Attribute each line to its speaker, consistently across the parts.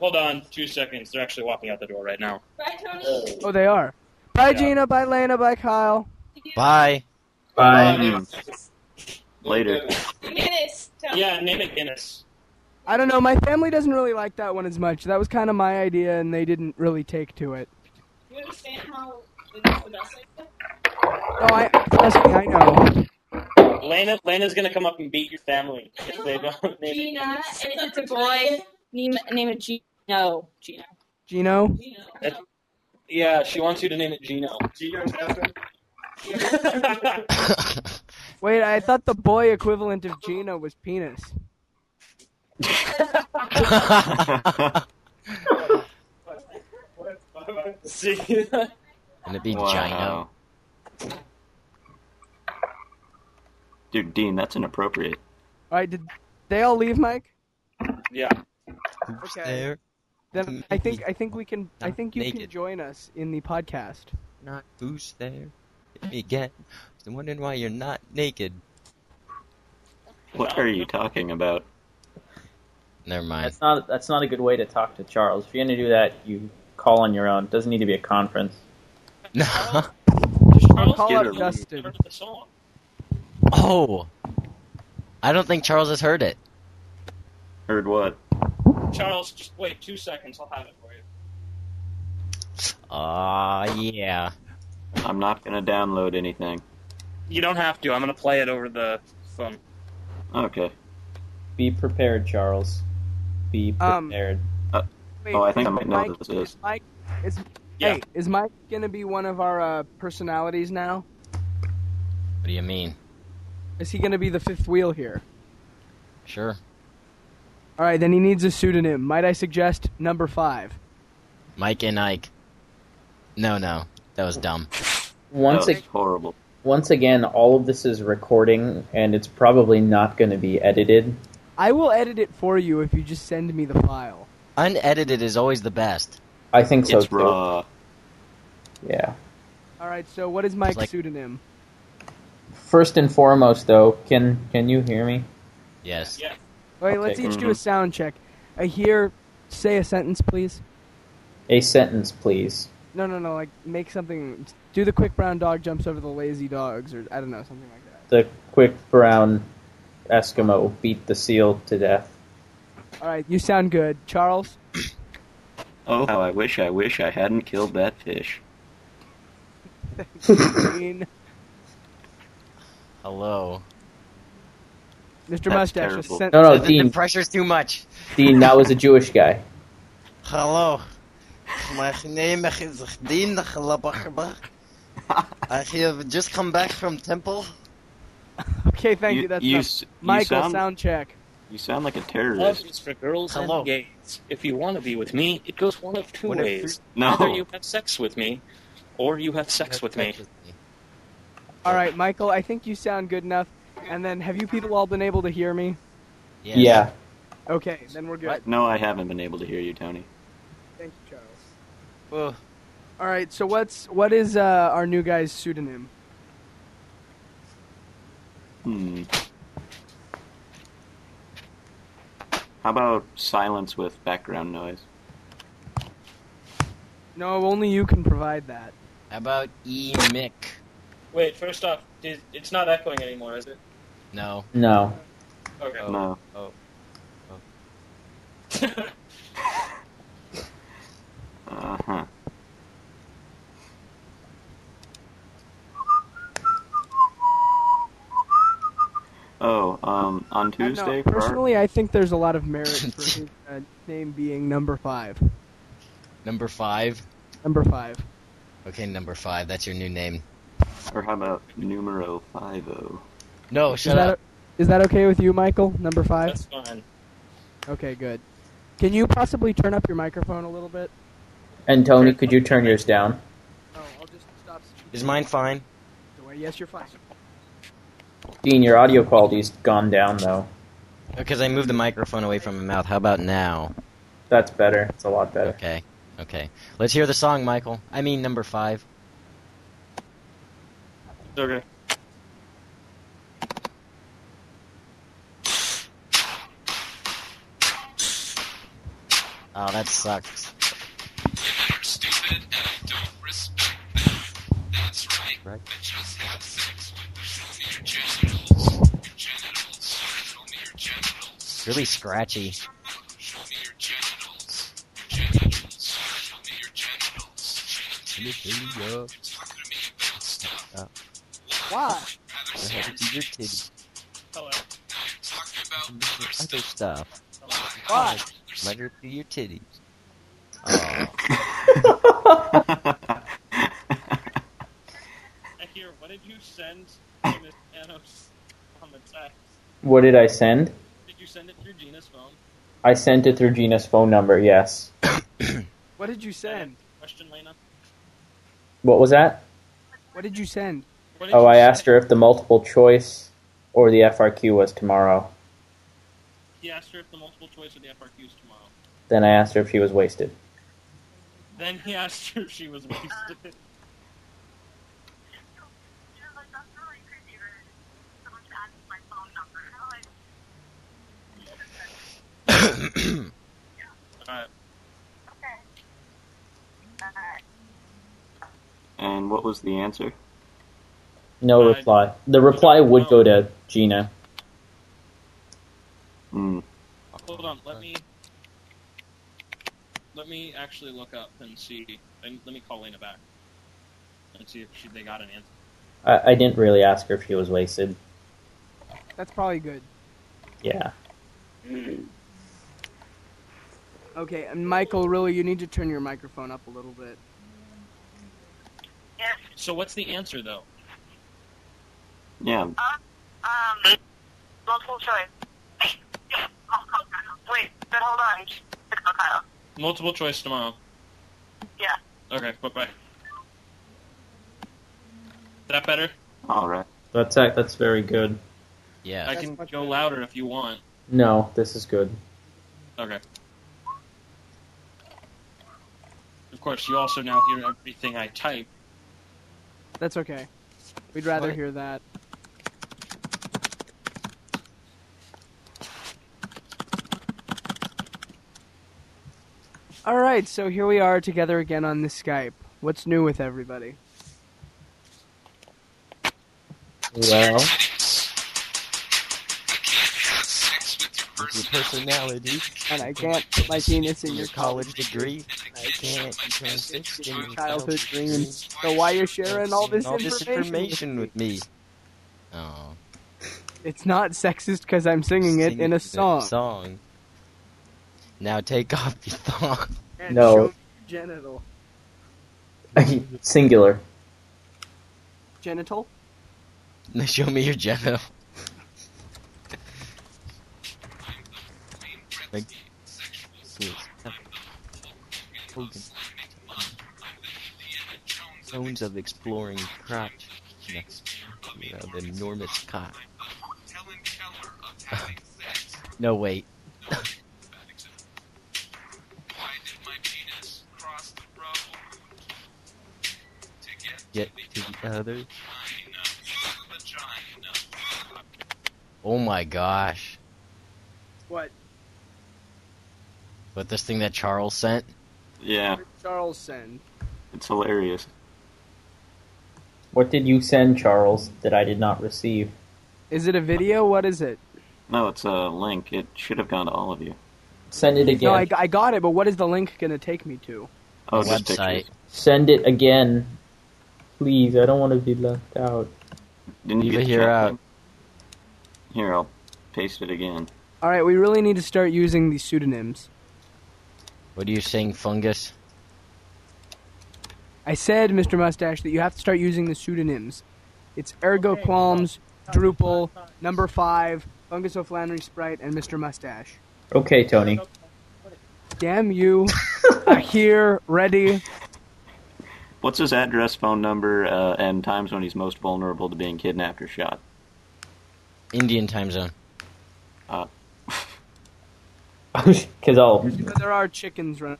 Speaker 1: Hold on two seconds. They're actually walking out the door right now.
Speaker 2: Bye, Tony.
Speaker 3: Oh, they are. Bye,
Speaker 1: Yeah.
Speaker 3: Gina. Bye, Lana. Bye, Kyle.
Speaker 4: Bye.
Speaker 1: Um,
Speaker 5: Bye.
Speaker 4: Later.
Speaker 2: Minutes. Tony.
Speaker 1: Yeah, name it Guinness.
Speaker 3: I don't know. My family doesn't really like that one as much. That was kind of my idea, and they didn't really take to it.
Speaker 2: You understand how it's the best idea?
Speaker 3: Oh, I trust me, I know.
Speaker 1: Lana, Lana's gonna come up and beat your family if they don't name it.
Speaker 2: Gina, if it's a boy, name, name it Gino. No, Gino.
Speaker 3: Gino.
Speaker 2: Gino.
Speaker 1: That's- Yeah, she wants you to name it Gino.
Speaker 5: Gino's husband?
Speaker 3: Wait, I thought the boy equivalent of Gino was penis.
Speaker 4: and
Speaker 1: See?
Speaker 4: it'd be Gino.
Speaker 6: Wow. Dude, Dean, that's inappropriate.
Speaker 3: All right, did they all leave, Mike?
Speaker 1: yeah.
Speaker 4: Who's
Speaker 3: Okay.
Speaker 4: there?
Speaker 3: Then I think I think we can. I think you can
Speaker 4: Naked.
Speaker 3: join us in the podcast.
Speaker 4: Not who's there? Hit me again. I'm wondering why you're not naked.
Speaker 6: What are you talking about?
Speaker 4: Never mind.
Speaker 5: That's not that's not a good way to talk to Charles. If you're gonna do that, you call on your own. It doesn't need to be a conference.
Speaker 4: No.
Speaker 3: I'll call
Speaker 6: Get
Speaker 3: up
Speaker 6: her.
Speaker 3: Justin.
Speaker 1: The song.
Speaker 4: oh. I don't think Charles has heard it.
Speaker 6: Heard what?
Speaker 1: Charles, just wait two seconds. I'll have it for you.
Speaker 4: Aw, yeah.
Speaker 6: I'm not gonna download anything.
Speaker 1: You don't have to. I'm gonna play it over the phone.
Speaker 6: Okay.
Speaker 5: Be prepared, Charles. Be
Speaker 3: Um,
Speaker 5: prepared.
Speaker 3: Wait,
Speaker 6: Oh, I think
Speaker 3: is
Speaker 6: I might know
Speaker 3: Mike,
Speaker 6: who this is.
Speaker 3: Mike, is
Speaker 1: Yeah.
Speaker 3: hey, is Mike gonna be one of our uh, personalities now?
Speaker 4: What do you mean?
Speaker 3: Is he gonna be the fifth wheel here?
Speaker 4: Sure.
Speaker 3: All right, then he needs a pseudonym. Might I suggest number five?
Speaker 4: Mike and Ike. No, no. That was dumb.
Speaker 5: once
Speaker 6: that was
Speaker 5: ag-
Speaker 6: horrible.
Speaker 5: once again, all of this is recording, and it's probably not going to be edited.
Speaker 3: I will edit it for you if you just send me the file.
Speaker 4: Unedited is always the best.
Speaker 5: I think so.
Speaker 6: it's
Speaker 5: too.
Speaker 6: raw.
Speaker 5: Yeah.
Speaker 3: All right, so what is Mike's
Speaker 4: like-
Speaker 3: pseudonym?
Speaker 5: First and foremost, though, can can you hear me?
Speaker 4: Yes.
Speaker 1: Yeah.
Speaker 3: Wait, let's
Speaker 6: Okay.
Speaker 3: each do a
Speaker 6: Mhm.
Speaker 3: sound check. I hear, say a sentence, please.
Speaker 5: A sentence, please.
Speaker 3: No, no, no. Like make something. Do the quick brown dog jumps over the lazy dogs, or I don't know, something like that.
Speaker 5: The quick brown Eskimo beat the seal to death.
Speaker 3: All right, you sound good, Charles.
Speaker 6: Oh, how I wish, I wish I hadn't killed that fish.
Speaker 3: Dean,
Speaker 4: Hello.
Speaker 3: Mr.
Speaker 6: That's
Speaker 3: Mustache. a
Speaker 6: terrible.
Speaker 3: sent-
Speaker 5: No, no,
Speaker 4: The- The
Speaker 5: Dean.
Speaker 4: pressure's too much.
Speaker 5: Dean, that was a Jewish guy.
Speaker 4: Hello. My name is Dean Khlabakhba. I have just come back from temple.
Speaker 3: Okay, thank you.
Speaker 6: You,
Speaker 3: That's
Speaker 6: you,
Speaker 3: enough.
Speaker 6: s- you
Speaker 3: Michael
Speaker 6: sound,
Speaker 3: sound check.
Speaker 6: You sound like a
Speaker 1: Love
Speaker 6: terrorist.
Speaker 1: is for girls
Speaker 4: Hello.
Speaker 1: and gays. If you want to be with me, it goes one of two
Speaker 4: One of
Speaker 1: ways.
Speaker 6: No.
Speaker 1: Either you have sex with me, or you have sex with me.
Speaker 3: All right, Michael. I think you sound good enough. And then, have you people all been able to hear me?
Speaker 4: Yes.
Speaker 5: Yeah.
Speaker 3: Okay, then we're good.
Speaker 4: What?
Speaker 6: No, I haven't been able to hear you, Tony.
Speaker 3: Thank you, Charles.
Speaker 4: Well,
Speaker 3: All right. So what's what is uh, our new guy's pseudonym?
Speaker 6: Hmm. How about silence with background noise?
Speaker 3: No, only you can provide that.
Speaker 4: how about E Mick?
Speaker 1: Wait, first off, is, it's not echoing anymore, is it?
Speaker 4: No.
Speaker 5: No.
Speaker 1: Okay.
Speaker 4: Oh.
Speaker 6: No.
Speaker 4: Oh.
Speaker 6: Uh huh. Oh, um, on
Speaker 3: I don't know.
Speaker 6: Tuesday for our,
Speaker 3: Uh, personally, I think there's a lot of merit for his uh, name being number five.
Speaker 4: Number five.
Speaker 3: Number five.
Speaker 4: Okay, number five. That's your new name.
Speaker 6: or how about numero five oh?
Speaker 4: No,
Speaker 3: Is
Speaker 4: shut
Speaker 3: that,
Speaker 4: up.
Speaker 3: is that okay with you, Michael? Number five?
Speaker 1: That's fine.
Speaker 3: Okay, good. Can you possibly turn up your microphone a little bit?
Speaker 5: And Tony, could you turn yours down?
Speaker 3: Oh, I'll just stop
Speaker 4: Is mine fine?
Speaker 3: Yes, you're fine.
Speaker 5: Dean, your audio quality's gone down though.
Speaker 4: Because I moved the microphone away from my mouth. How about now?
Speaker 5: That's better. It's a lot better.
Speaker 4: Okay. Okay. Let's hear the song, Michael. I mean, number five.
Speaker 1: Okay.
Speaker 7: Oh, that sucks.
Speaker 8: Stupid and I don't respect them. That's right.
Speaker 4: Right.
Speaker 8: I just had sex with your genitals. Your genitals. Show me your genitals.
Speaker 4: Really scratchy.
Speaker 8: Show me your genitals. Your genitals. Show me your genitals.
Speaker 4: Your
Speaker 8: You're talking to me about stuff.
Speaker 3: Why?
Speaker 8: Rather serious
Speaker 4: titty.
Speaker 8: things. Now you're talking about other
Speaker 4: Other
Speaker 8: stuff.
Speaker 4: stuff.
Speaker 3: Why?
Speaker 8: There's
Speaker 4: Let her through your titties. Oh,
Speaker 1: Here, what did you send to Miss Thanos on the text?
Speaker 5: What did I send?
Speaker 1: Did you send it through Gina's phone?
Speaker 5: I sent it through Gina's phone number, yes.
Speaker 3: What did you send?
Speaker 1: Question, Lena.
Speaker 5: What was that?
Speaker 3: What did you send?
Speaker 1: What did
Speaker 5: Oh,
Speaker 1: you
Speaker 5: I
Speaker 1: send?
Speaker 5: asked her if the multiple choice or the FRQ was tomorrow.
Speaker 1: He asked her if the multiple choice of the FRQs tomorrow.
Speaker 5: Then I asked her if she was wasted.
Speaker 1: Then he asked her if Uh, she was wasted. Alright.
Speaker 6: And what was the answer?
Speaker 5: No
Speaker 1: Uh,
Speaker 5: reply. The reply would go to Gina.
Speaker 6: Hmm.
Speaker 1: Hold on, let me let me actually look up and see. And let me call Lena back and see if she, they got an answer.
Speaker 5: I, I didn't really ask her if she was wasted.
Speaker 3: That's probably good.
Speaker 5: Yeah.
Speaker 3: Okay, and Michael, really, you need to turn your microphone up a little bit.
Speaker 1: So what's the answer though?
Speaker 6: Yeah.
Speaker 9: Um, multiple choice. Wait, but hold on. It's Kyle.
Speaker 1: Multiple choice tomorrow.
Speaker 9: Yeah.
Speaker 1: Okay. Bye bye. That better?
Speaker 6: All right.
Speaker 5: That's that's very good.
Speaker 4: yeah.
Speaker 1: I can go louder if you want.
Speaker 5: No, this is good.
Speaker 1: Okay. Of course, you also now hear everything I type.
Speaker 3: That's okay. We'd rather
Speaker 4: What?
Speaker 3: hear that. All right, so here we are together again on the Skype. What's new with everybody?
Speaker 5: Well,
Speaker 8: I can't have sex with your
Speaker 4: With your
Speaker 8: personality.
Speaker 4: personality
Speaker 3: And I can't put my penis in
Speaker 4: and
Speaker 3: your
Speaker 4: your college degree, I can't be consistent in your
Speaker 3: childhood dreams. So why you're sharing all this
Speaker 4: all this
Speaker 3: information?
Speaker 4: information with me. Oh,
Speaker 3: It's not sexist because I'm singing it in
Speaker 4: singing
Speaker 3: a song.
Speaker 4: Song. Now take off your thong.
Speaker 3: And
Speaker 5: No.
Speaker 3: show me Genital.
Speaker 5: singular.
Speaker 3: Genital?
Speaker 4: Now show me your genital. Like, Hogan. Tones of exploring crop. You know, the enormous cock.
Speaker 8: Helen Keller of having sex.
Speaker 4: No, wait.
Speaker 8: Why did my penis cross the road to get
Speaker 4: Get to the other.
Speaker 8: vagina? Vagina.
Speaker 4: Oh my gosh.
Speaker 3: What?
Speaker 4: But this thing that Charles sent?
Speaker 6: Yeah.
Speaker 3: Charles send.
Speaker 6: It's hilarious.
Speaker 5: What did you send, Charles, that I did not receive?
Speaker 3: Is it a video? What is it?
Speaker 6: No, it's a link. It should have gone to all of you.
Speaker 5: Send it again.
Speaker 3: No, I, I got it, but what is the link going to take me to?
Speaker 6: Oh,
Speaker 4: The
Speaker 6: just
Speaker 4: website.
Speaker 6: pictures.
Speaker 5: Send it again. Please, I don't want to be left out.
Speaker 6: Didn't you
Speaker 4: Leave
Speaker 6: get
Speaker 4: it here
Speaker 6: the chat
Speaker 4: out.
Speaker 6: link? Here, I'll paste it again.
Speaker 3: All right, we really need to start using these pseudonyms.
Speaker 4: What are you saying, fungus?
Speaker 3: I said, Mr. Mustache, that you have to start using the pseudonyms. It's Ergo Qualms, Drupal, Number Five, Fungus O'Flannery Sprite, and Mr. Mustache.
Speaker 5: Okay, Tony.
Speaker 3: Damn you! I'm here, ready.
Speaker 6: What's his address, phone number, uh, and times when he's most vulnerable to being kidnapped or shot?
Speaker 4: Indian time zone.
Speaker 5: Because all
Speaker 3: But there are chickens running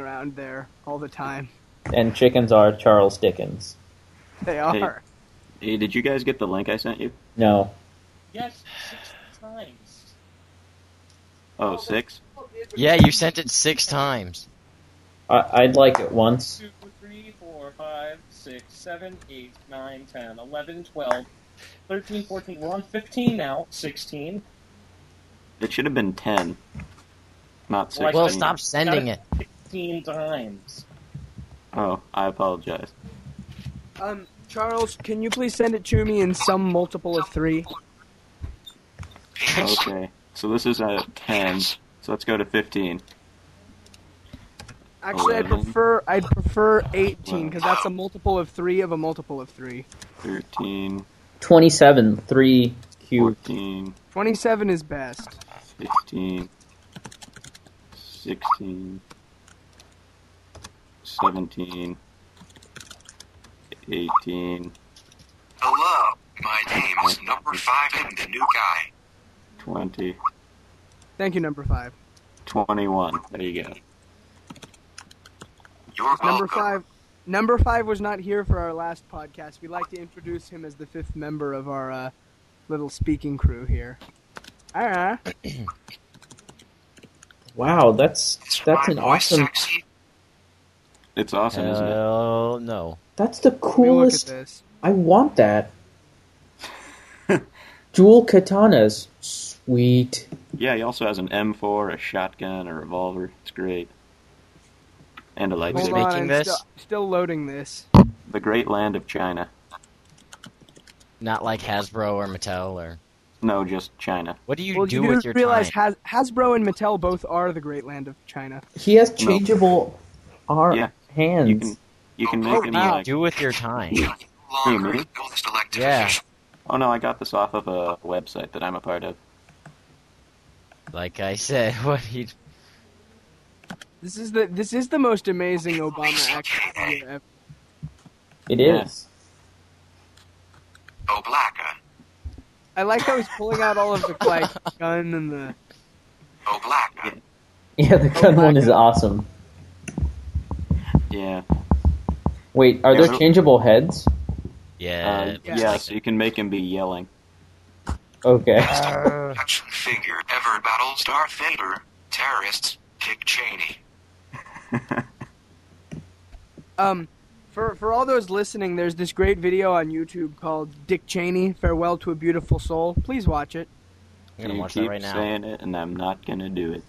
Speaker 3: around there all the time.
Speaker 5: and chickens are Charles Dickens.
Speaker 3: They are.
Speaker 6: Hey, did you guys get the link I sent you?
Speaker 5: No,
Speaker 1: Yes, six times.
Speaker 6: Oh, six?
Speaker 10: Yeah, you sent it six times.
Speaker 5: I- I'd like it once.
Speaker 1: Two, three, four, five, six, seven, eight, nine, 10, 11, 12, 13, 14. We're on 15 now. 16.
Speaker 6: It should have been 10. Not 16.
Speaker 1: Like
Speaker 10: Well,
Speaker 1: the-
Speaker 10: stop sending it.
Speaker 1: Got 16 times.
Speaker 6: Oh, I apologize.
Speaker 3: Um, Charles, can you please send it to me in some multiple of three?
Speaker 6: Okay. So this is a 10. So let's go to 15.
Speaker 3: Actually, I
Speaker 6: Eleven.
Speaker 3: prefer I prefer eighteen because that's a multiple of three of a multiple of three.
Speaker 6: 13,
Speaker 5: 27, 3 cubed.
Speaker 6: 14,
Speaker 3: Twenty-seven is best.
Speaker 6: 15, 16, 17, 18,
Speaker 9: Hello, my name is number five and the new guy.
Speaker 6: 20,
Speaker 3: Thank you, number five.
Speaker 6: 21. There you go.
Speaker 9: You're welcome.
Speaker 3: Number five. Number five was not here for our last podcast. We'd like to introduce him as the fifth member of our uh, little speaking crew here. Ah,
Speaker 5: Wow, that's that's an
Speaker 9: My voice
Speaker 5: awesome.
Speaker 9: Sexy.
Speaker 6: It's awesome, isn't it?
Speaker 10: Hell no.
Speaker 5: That's the
Speaker 3: let me look at
Speaker 5: coolest.
Speaker 3: this.
Speaker 5: I want that. Dual katanas. Sweet.
Speaker 6: Yeah, he also has an M4, a shotgun, a revolver. It's great. And a
Speaker 3: Hold
Speaker 6: lightsaber.
Speaker 3: on,
Speaker 10: making
Speaker 3: I'm
Speaker 10: this?
Speaker 3: Still, still loading this.
Speaker 6: The great land of China.
Speaker 10: Not like Hasbro or Mattel or.
Speaker 6: No, just China.
Speaker 10: What do you
Speaker 3: well,
Speaker 10: do
Speaker 3: you
Speaker 10: with
Speaker 3: do
Speaker 10: your
Speaker 3: realize
Speaker 10: time?
Speaker 3: Has- Hasbro and Mattel both are the great land of China.
Speaker 5: He has changeable arm
Speaker 6: Yeah.
Speaker 5: hands.
Speaker 6: You can you can make
Speaker 10: What
Speaker 6: him
Speaker 10: do you
Speaker 6: like
Speaker 10: do with your time?
Speaker 6: Who,
Speaker 9: Longer
Speaker 6: me?
Speaker 9: know this elected
Speaker 10: Yeah,
Speaker 9: official.
Speaker 6: Oh no, I got this off of a website that I'm a part of.
Speaker 10: like I said, what he
Speaker 3: This is the this is the most amazing Obama action figure ever.
Speaker 5: It
Speaker 6: Yeah.
Speaker 5: is.
Speaker 9: Oblaka.
Speaker 3: I like how he's pulling out all of the like gun and the
Speaker 9: Oblaka.
Speaker 5: Yeah, the gun one is awesome.
Speaker 6: Yeah.
Speaker 5: Wait, are
Speaker 6: Yeah,
Speaker 5: there
Speaker 6: no-
Speaker 5: changeable heads?
Speaker 10: Uh, Yeah.
Speaker 6: Um,
Speaker 10: it
Speaker 6: yeah.
Speaker 3: yeah.
Speaker 10: looks like
Speaker 6: so you can make him be yelling.
Speaker 5: Okay.
Speaker 6: Uh.
Speaker 9: Action figure ever battles Darth Vader. Terrorists. Dick Cheney.
Speaker 3: um for for all those listening, there's this great video on YouTube called Dick Cheney Farewell to a Beautiful Soul. Please watch it.
Speaker 10: I'm gonna
Speaker 6: you
Speaker 10: watch
Speaker 6: keep
Speaker 10: that right now.
Speaker 6: saying it, and I'm not gonna do it.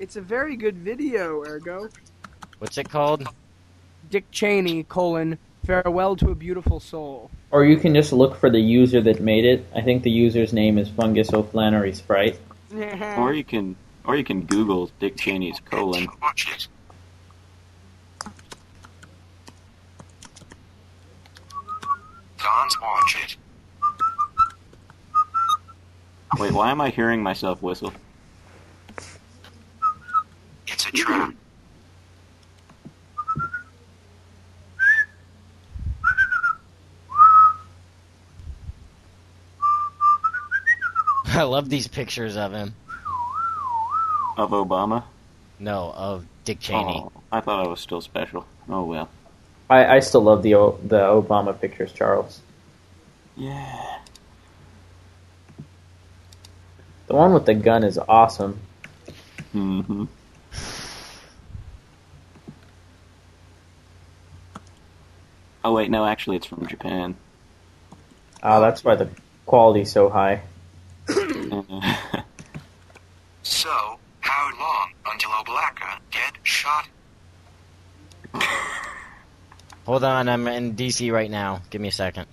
Speaker 3: It's a very good video, ergo.
Speaker 10: What's it called?
Speaker 3: Dick Cheney colon Farewell to a Beautiful Soul.
Speaker 5: Or you can just look for the user that made it. I think the user's name is Fungus O'Flannery Sprite.
Speaker 6: Or you can or you can Google Dick Cheney's colon.
Speaker 9: Watch it. Don's watch it.
Speaker 6: Wait, why am I hearing myself whistle?
Speaker 9: It's a trap.
Speaker 10: I love these pictures of him.
Speaker 6: Of Obama?
Speaker 10: No, of Dick Cheney.
Speaker 6: Oh, I thought I was still special. Oh well.
Speaker 5: I, I still love the O- the Obama pictures, Charles.
Speaker 6: Yeah.
Speaker 5: The one with the gun is awesome.
Speaker 6: hmm Oh wait, no, actually it's from Japan.
Speaker 5: Ah, that's why the quality's so high.
Speaker 9: So, how long until Oblaka get shot?
Speaker 10: Hold on, I'm in DC right now. Give me a second.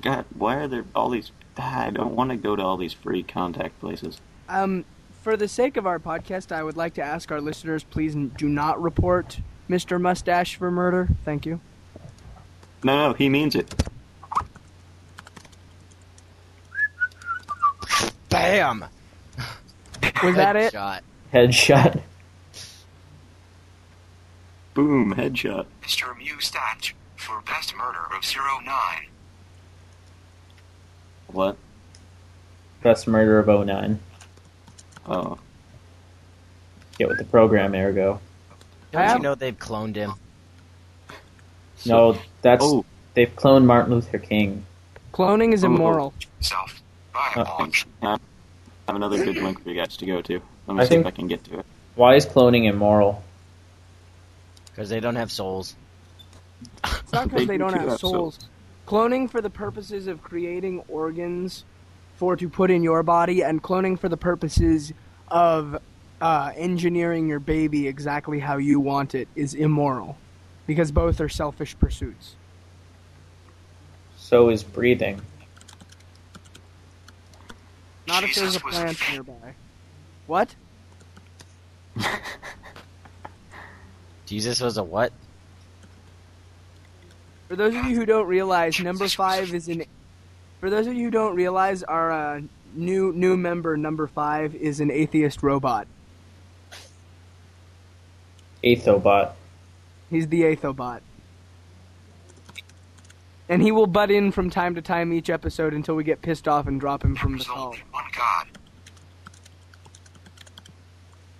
Speaker 6: God, why are there all these? Ah, I don't want to go to all these free contact places.
Speaker 3: Um, for the sake of our podcast, I would like to ask our listeners, please n- do not report Mr. Mustache for murder. Thank you.
Speaker 6: No, no, he means it.
Speaker 10: Bam!
Speaker 3: Was that it?
Speaker 10: Shot.
Speaker 5: Headshot.
Speaker 6: Boom, headshot.
Speaker 9: Mr. Mustach for best murder of 09.
Speaker 6: What?
Speaker 5: Best murder of 09.
Speaker 6: Oh,
Speaker 5: Get with the program, ergo.
Speaker 10: Don't
Speaker 3: have-
Speaker 10: you know they've cloned him?
Speaker 5: No, that's
Speaker 6: oh,
Speaker 5: they've cloned Martin Luther King.
Speaker 3: Cloning is
Speaker 6: Oh.
Speaker 3: immoral.
Speaker 9: Self. By
Speaker 5: Uh,
Speaker 9: launch.
Speaker 6: I have another good link for you guys to go to. Let me
Speaker 5: I
Speaker 6: see
Speaker 5: think-
Speaker 6: if I can get to it.
Speaker 5: Why is cloning immoral?
Speaker 4: Because they don't have souls.
Speaker 3: It's not because
Speaker 6: They
Speaker 3: they
Speaker 6: do
Speaker 3: don't
Speaker 6: too
Speaker 3: have
Speaker 6: have
Speaker 3: souls. Cloning for the purposes of creating organs for to put in your body, and cloning for the purposes of uh, engineering your baby exactly how you want it is immoral, because both are selfish pursuits.
Speaker 5: So is breathing.
Speaker 3: Not if there's a
Speaker 9: Jesus was-
Speaker 3: plant nearby. What?
Speaker 4: Jesus was a what?
Speaker 3: For those of you who don't realize, number five is an. For those of you who don't realize, our uh, new new member number five is an atheist robot.
Speaker 5: Aethobot.
Speaker 3: He's the Aethobot. And he will butt in from time to time each episode until we get pissed off and drop him from the
Speaker 9: There's
Speaker 3: call.
Speaker 9: only one God.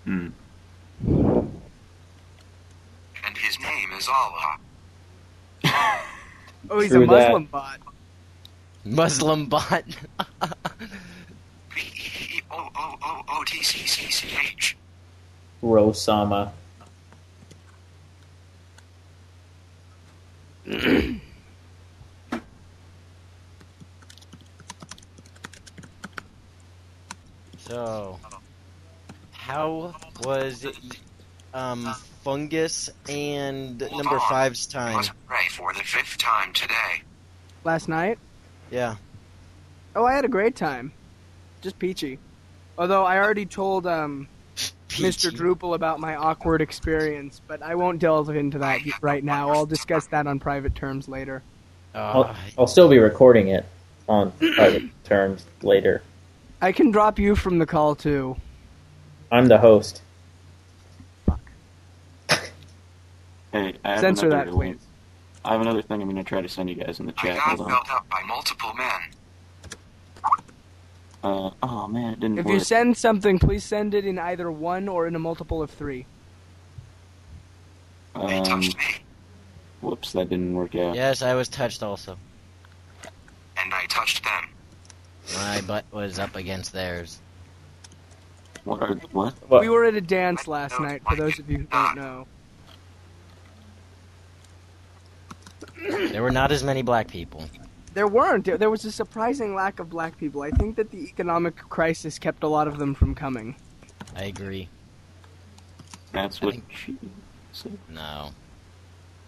Speaker 6: Hmm.
Speaker 9: And his name is Allah.
Speaker 3: Oh, he's
Speaker 5: True
Speaker 3: a Muslim bot.
Speaker 4: Muslim bot.
Speaker 9: B E E O O O O T C C C H.
Speaker 5: Rosama.
Speaker 4: so, how was um fungus and number five's
Speaker 9: I
Speaker 4: time?
Speaker 9: must pray for the fifth time today.
Speaker 3: Last night?
Speaker 4: Yeah.
Speaker 3: Oh, I had a great time. Just peachy. Although I already told um, Mr.
Speaker 4: Peachy.
Speaker 3: Drupal about my awkward experience, but I won't delve into that right now. I'll discuss that on private terms later.
Speaker 5: I'll,
Speaker 4: Uh,
Speaker 5: I'll still be recording it on private terms later.
Speaker 3: I can drop you from the call too.
Speaker 5: I'm the host.
Speaker 6: Hey, I have
Speaker 3: Censor
Speaker 6: another
Speaker 3: that, please.
Speaker 6: link. I have another thing I'm going to try to send you guys in the
Speaker 9: I
Speaker 6: chat.
Speaker 9: got
Speaker 6: Hold on.
Speaker 9: built up by multiple men.
Speaker 6: Uh, oh man, it didn't
Speaker 3: If
Speaker 6: work.
Speaker 3: you send something, please send it in either one or in a multiple of three.
Speaker 9: They
Speaker 6: um,
Speaker 9: touched me,
Speaker 6: whoops, that didn't work out.
Speaker 4: yes, I was touched also.
Speaker 9: and I touched them.
Speaker 4: My butt was up against theirs.
Speaker 6: What? Are, what?
Speaker 5: What?
Speaker 3: We were at a dance last night, for those of you who don't know.
Speaker 4: There were not as many black people.
Speaker 3: There weren't. There there was a surprising lack of black people. I think that the economic crisis kept a lot of them from coming.
Speaker 4: I agree.
Speaker 6: That's
Speaker 4: I
Speaker 6: what
Speaker 4: think-
Speaker 6: she said.
Speaker 4: No.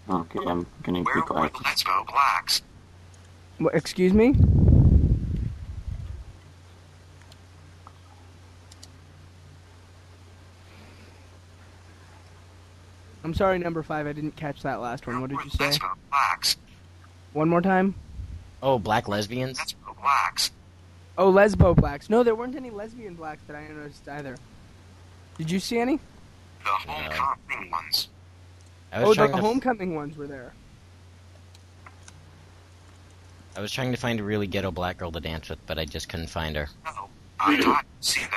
Speaker 6: Okay, I'm going to be
Speaker 9: Where were
Speaker 6: quiet.
Speaker 9: the lesbo blacks?
Speaker 3: Wha- excuse me? I'm sorry, number five. I didn't catch that last one. What did
Speaker 9: Where
Speaker 3: you
Speaker 9: were the
Speaker 3: say?
Speaker 9: Lesbo blacks.
Speaker 3: One more time.
Speaker 4: Oh, black lesbians?
Speaker 9: Lesbo blacks.
Speaker 3: Oh, lesbo blacks. No, there weren't any lesbian blacks that I noticed either. Did you see any?
Speaker 9: The homecoming ones.
Speaker 4: I was
Speaker 3: Oh, the
Speaker 4: trying to
Speaker 3: homecoming ones were there.
Speaker 4: I was trying to find a really ghetto black girl to dance with, but I just couldn't find her.
Speaker 9: No, I died to see them.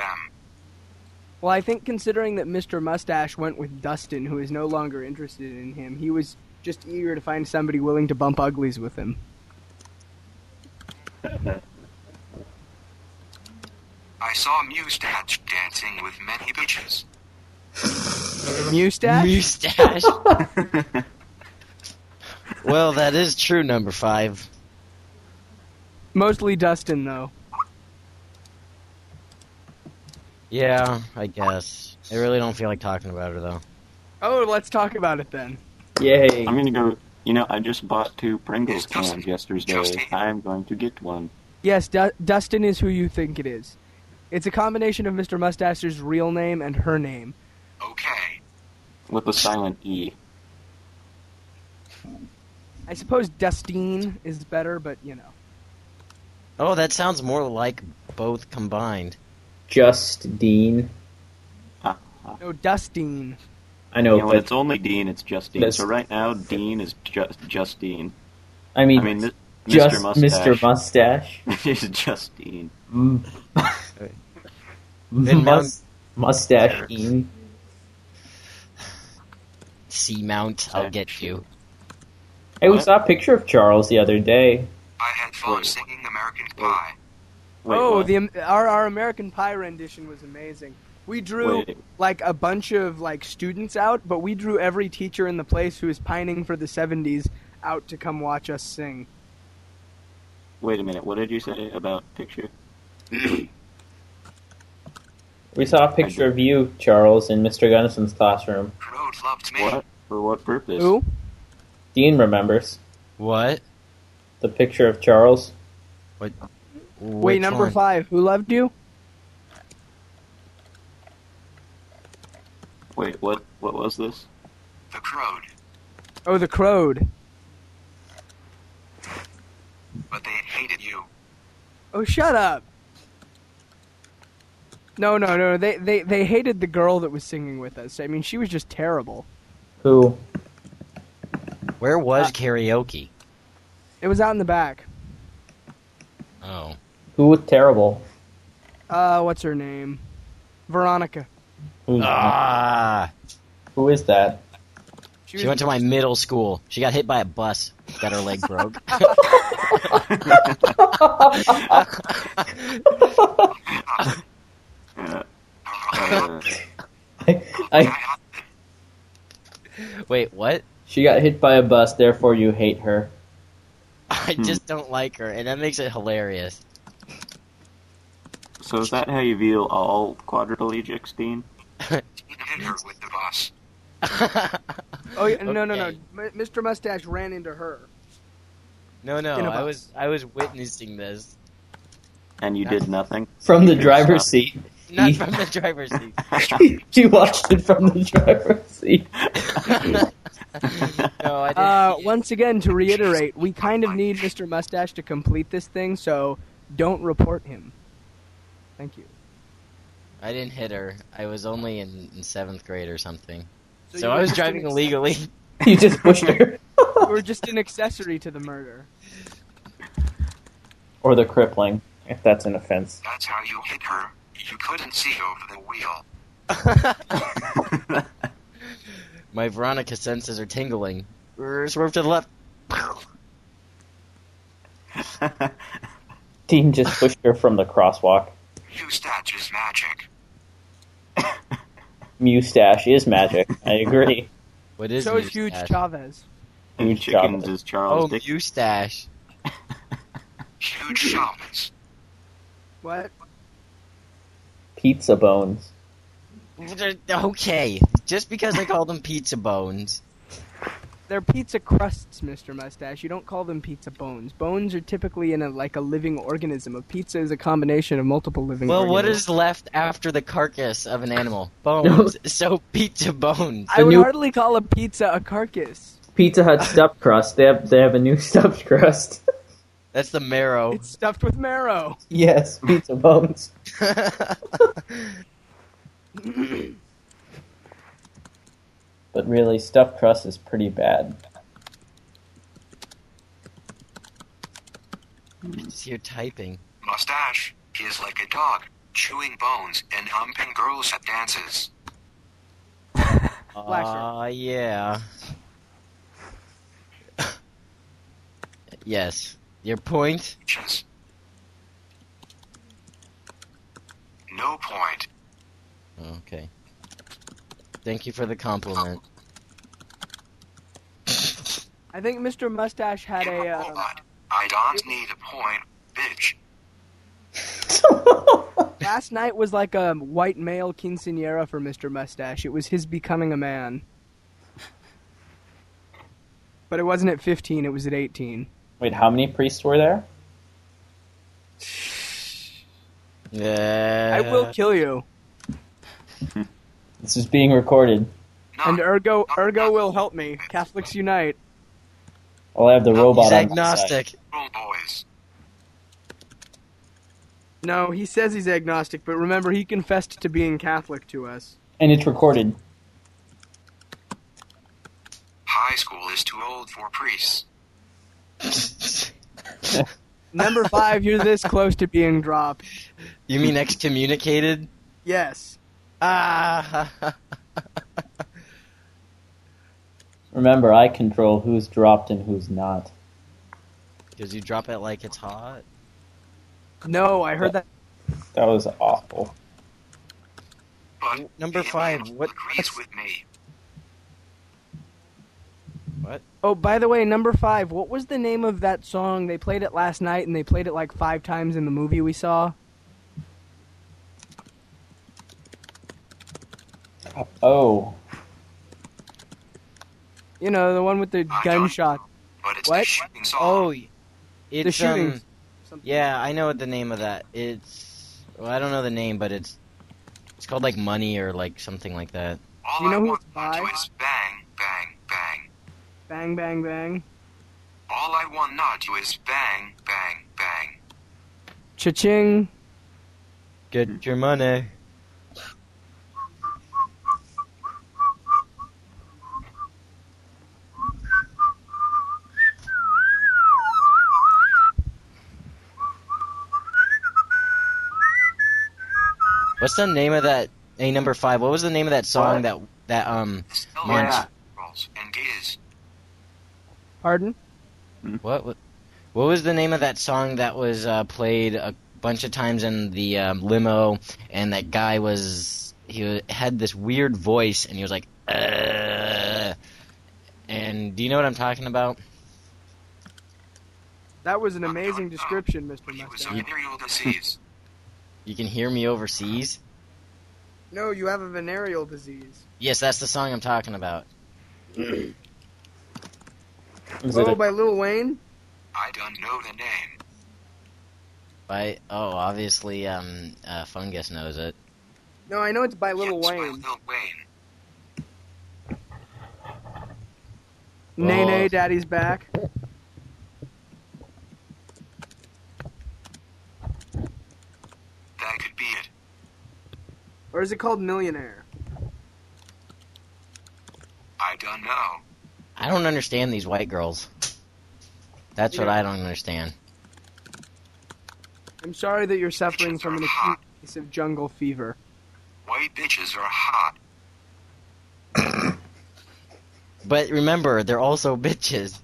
Speaker 3: Well, I think considering that Mr. Mustache went with Dustin, who is no longer interested in him, he was just eager to find somebody willing to bump uglies with him.
Speaker 9: I saw Mustach dancing with many bitches.
Speaker 3: Mustache?
Speaker 4: Mustache. well, that is true, number five.
Speaker 3: Mostly Dustin, though.
Speaker 4: Yeah, I guess. I really don't feel like talking about her though.
Speaker 3: Oh, let's talk about it then.
Speaker 5: Yay.
Speaker 6: I'm going to go. You know, I just bought two Pringles
Speaker 9: Yes, Justin.
Speaker 6: cans yesterday.
Speaker 9: Justin.
Speaker 6: I'm going to get one.
Speaker 3: Yes, Du- Dustin is who you think it is. It's a combination of Mr. Mustache's real name and her name.
Speaker 9: Okay.
Speaker 6: with a silent E.
Speaker 3: I suppose Dustine is better, but you know.
Speaker 4: Oh, that sounds more like both combined.
Speaker 5: Just Dean.
Speaker 3: No, Dustine.
Speaker 5: I know,
Speaker 6: you know, when
Speaker 5: but
Speaker 6: it's only Dean, it's Justine.
Speaker 5: Oh, That's-
Speaker 6: So right now, Dean is just Justine.
Speaker 5: I mean,
Speaker 6: I mean, this,
Speaker 5: just
Speaker 6: Mr. Mustache
Speaker 5: Mr. Mustache.
Speaker 6: is Justine.
Speaker 5: Mm.
Speaker 4: Then
Speaker 5: Mus- mustache Dean.
Speaker 4: Seamount, I'll get you.
Speaker 5: Hey, we saw a picture of Charles the other day.
Speaker 9: I had fun singing American Pie.
Speaker 6: Wait,
Speaker 3: oh,
Speaker 6: what?
Speaker 3: the, our, our American Pie rendition was amazing. We drew
Speaker 6: Wait.
Speaker 3: like a bunch of like students out, but we drew every teacher in the place who is pining for the 70s out to come watch us sing.
Speaker 6: Wait a minute. What did you say about picture?
Speaker 5: We saw a picture of you, Charles, in Mr. Gunnison's classroom.
Speaker 9: Road loved me.
Speaker 6: What? For what purpose?
Speaker 3: Who?
Speaker 5: Dean remembers
Speaker 4: What?
Speaker 5: the picture of Charles.
Speaker 3: Wait, number five. Who loved you?
Speaker 6: Wait, what? What was this?
Speaker 9: The crowed.
Speaker 3: Oh, the crowed.
Speaker 9: But they hated you.
Speaker 3: Oh, shut up. No, no, no. They, they, they hated the girl that was singing with us. I mean, she was just terrible.
Speaker 5: Who?
Speaker 4: Where was karaoke?
Speaker 3: It was out in the back.
Speaker 4: Oh.
Speaker 5: Who was terrible?
Speaker 3: Uh, what's her name? Veronica.
Speaker 5: Who,
Speaker 4: Mm. Ah!
Speaker 5: who is that?
Speaker 4: She went to my middle school. She got hit by a bus. Got her leg broke.
Speaker 6: Uh, uh,
Speaker 5: I,
Speaker 4: Wait, what?
Speaker 5: she got hit by a bus, therefore you hate her.
Speaker 4: I just don't like her, and that makes it hilarious.
Speaker 6: so is that how you view all quadriplegics, Dean?
Speaker 9: Hit her with the boss.
Speaker 3: Oh, yeah, no, no, no.
Speaker 4: Okay.
Speaker 3: M- Mr. Mustache ran into her.
Speaker 4: No, no,
Speaker 3: In a
Speaker 4: I
Speaker 3: bus.
Speaker 4: was I was witnessing this,
Speaker 6: And you did nothing.
Speaker 5: From the
Speaker 6: You're
Speaker 5: driver's
Speaker 6: stuck.
Speaker 5: seat.
Speaker 4: not
Speaker 5: He-
Speaker 4: from the driver's seat.
Speaker 5: she watched it from the driver's seat.
Speaker 4: No, I didn't.
Speaker 3: Uh,
Speaker 4: see it.
Speaker 3: once again, to reiterate, we kind of need Mr. Mustache to complete this thing, so don't report him. Thank you.
Speaker 4: I didn't hit her. I was only in, in seventh grade or something.
Speaker 3: you
Speaker 4: So, I
Speaker 3: were
Speaker 4: was
Speaker 3: just an
Speaker 4: driving
Speaker 3: acc-
Speaker 4: illegally.
Speaker 5: You just pushed
Speaker 3: you
Speaker 5: her.
Speaker 3: We're just an accessory to the murder.
Speaker 5: or the crippling, if that's an offense.
Speaker 9: That's how you hit her. You couldn't see over the wheel.
Speaker 4: My Veronica senses are tingling. Err, Swerve to the left.
Speaker 5: Dean just pushed her from the crosswalk.
Speaker 9: Eustache is magic.
Speaker 5: Mustache is magic. I agree.
Speaker 4: What is
Speaker 3: so is Huge
Speaker 4: mustache?
Speaker 3: Chavez.
Speaker 5: You
Speaker 6: And chickens
Speaker 5: chocolate.
Speaker 6: is
Speaker 4: Oh,
Speaker 6: Charles Dick.
Speaker 4: mustache.
Speaker 9: Huge shamans.
Speaker 3: What?
Speaker 5: Pizza bones.
Speaker 4: Okay, just because I called them pizza bones.
Speaker 3: They're pizza crusts, Mr. Mustache. You don't call them pizza bones. Bones are typically in a like a living organism. A pizza is a combination of multiple living.
Speaker 4: Well, what
Speaker 3: organisms.
Speaker 4: is left after the carcass of an animal? Bones. so pizza bones.
Speaker 3: I would
Speaker 5: new-
Speaker 3: hardly call a pizza a carcass.
Speaker 5: Pizza Hut stuffed crust. They have they have a new stuffed crust.
Speaker 4: That's the marrow.
Speaker 3: It's stuffed with marrow.
Speaker 5: yes, pizza bones. But really, stuffed crust is pretty bad.
Speaker 4: Just hear typing.
Speaker 9: Mustache. He is like a dog, chewing bones and humping girls at dances.
Speaker 4: Ah, yeah. yes. Your point?
Speaker 9: Just. No point.
Speaker 4: Okay. Thank you for the compliment.
Speaker 3: I think Mr. Mustache had
Speaker 9: I'm
Speaker 3: a.
Speaker 9: a
Speaker 3: Uh,
Speaker 9: robot. I don't need a point, bitch.
Speaker 3: Last night was like a white male quinceanera for Mr. Mustache. It was his becoming a man. But it wasn't at 15, it was at 18.
Speaker 5: Wait, how many priests were there?
Speaker 4: Yeah.
Speaker 3: I
Speaker 4: Uh,
Speaker 3: will kill you.
Speaker 5: This is being recorded.
Speaker 9: Not
Speaker 4: er-
Speaker 3: And Ergo Ergo will help me. Catholics unite.
Speaker 5: I'll have the robot
Speaker 4: He's
Speaker 5: on my side.
Speaker 4: agnostic.
Speaker 9: little boys.
Speaker 3: No, he says he's agnostic, but remember he confessed to being Catholic to us.
Speaker 5: and it's recorded.
Speaker 9: High school is too old for priests.
Speaker 3: Number 5, you're this close to being dropped.
Speaker 4: You mean excommunicated?
Speaker 3: Yes.
Speaker 4: Ah.
Speaker 5: Remember, I control who's dropped and who's not.
Speaker 4: Because you drop it like it's hot.
Speaker 3: No, I heard that
Speaker 5: That was awful.
Speaker 9: but
Speaker 4: Number
Speaker 9: the
Speaker 4: five,
Speaker 9: animal
Speaker 4: what?
Speaker 9: agrees with me.
Speaker 4: What?
Speaker 3: Oh, by the way, number five. What was the name of that song? They played it last night, and they played it like five times in the movie we saw.
Speaker 5: Oh,
Speaker 3: You know, the one with the
Speaker 9: I don't
Speaker 3: gunshot.
Speaker 9: know, But it's
Speaker 3: What?
Speaker 9: the shooting song.
Speaker 4: Oh, it's
Speaker 3: The shootings.
Speaker 4: um, yeah, I know what the name of that. It's well, I don't know the name, but it's it's called like money or like something like that.
Speaker 9: All
Speaker 3: Do you know
Speaker 9: I
Speaker 3: who's
Speaker 9: want now
Speaker 3: alive?
Speaker 9: is bang, bang, bang.
Speaker 3: Bang, bang, bang.
Speaker 9: All I want now to is bang, bang, bang.
Speaker 3: Cha-ching. Hmm.
Speaker 4: Get your money. What's the name of that? A number five. What was the name of that song that that um?
Speaker 9: Still
Speaker 4: Munch.
Speaker 9: yeah. rolls and gaze.
Speaker 3: Pardon?
Speaker 4: What, what what was the name of that song that was uh, played a bunch of times in the um, limo? And that guy was he wa- had this weird voice, and he was like, "Uh," and do you know what I'm talking about?
Speaker 3: That was an amazing description, Mr.
Speaker 9: But he was
Speaker 3: Mustang.
Speaker 9: a venereal disease.
Speaker 4: You can hear me overseas.
Speaker 3: No, you have a venereal disease.
Speaker 4: Yes, that's the song I'm talking about.
Speaker 5: is it a-
Speaker 3: Oh, by Lil Wayne?
Speaker 9: I don't know the name.
Speaker 4: By oh, obviously, um, uh, fungus knows it.
Speaker 3: No, I know it's by
Speaker 9: Yes, by Lil Wayne.
Speaker 3: Nay, nay,
Speaker 4: Oh.
Speaker 3: daddy's back.
Speaker 9: That could be it.
Speaker 3: Or is it called Millionaire?
Speaker 9: I don't know.
Speaker 4: I don't understand these white girls. That's what
Speaker 3: Yeah.
Speaker 4: I don't understand.
Speaker 3: I'm sorry that you're suffering from an acute
Speaker 9: Hot.
Speaker 3: case of jungle fever.
Speaker 9: White bitches are hot.
Speaker 4: But remember, they're also bitches.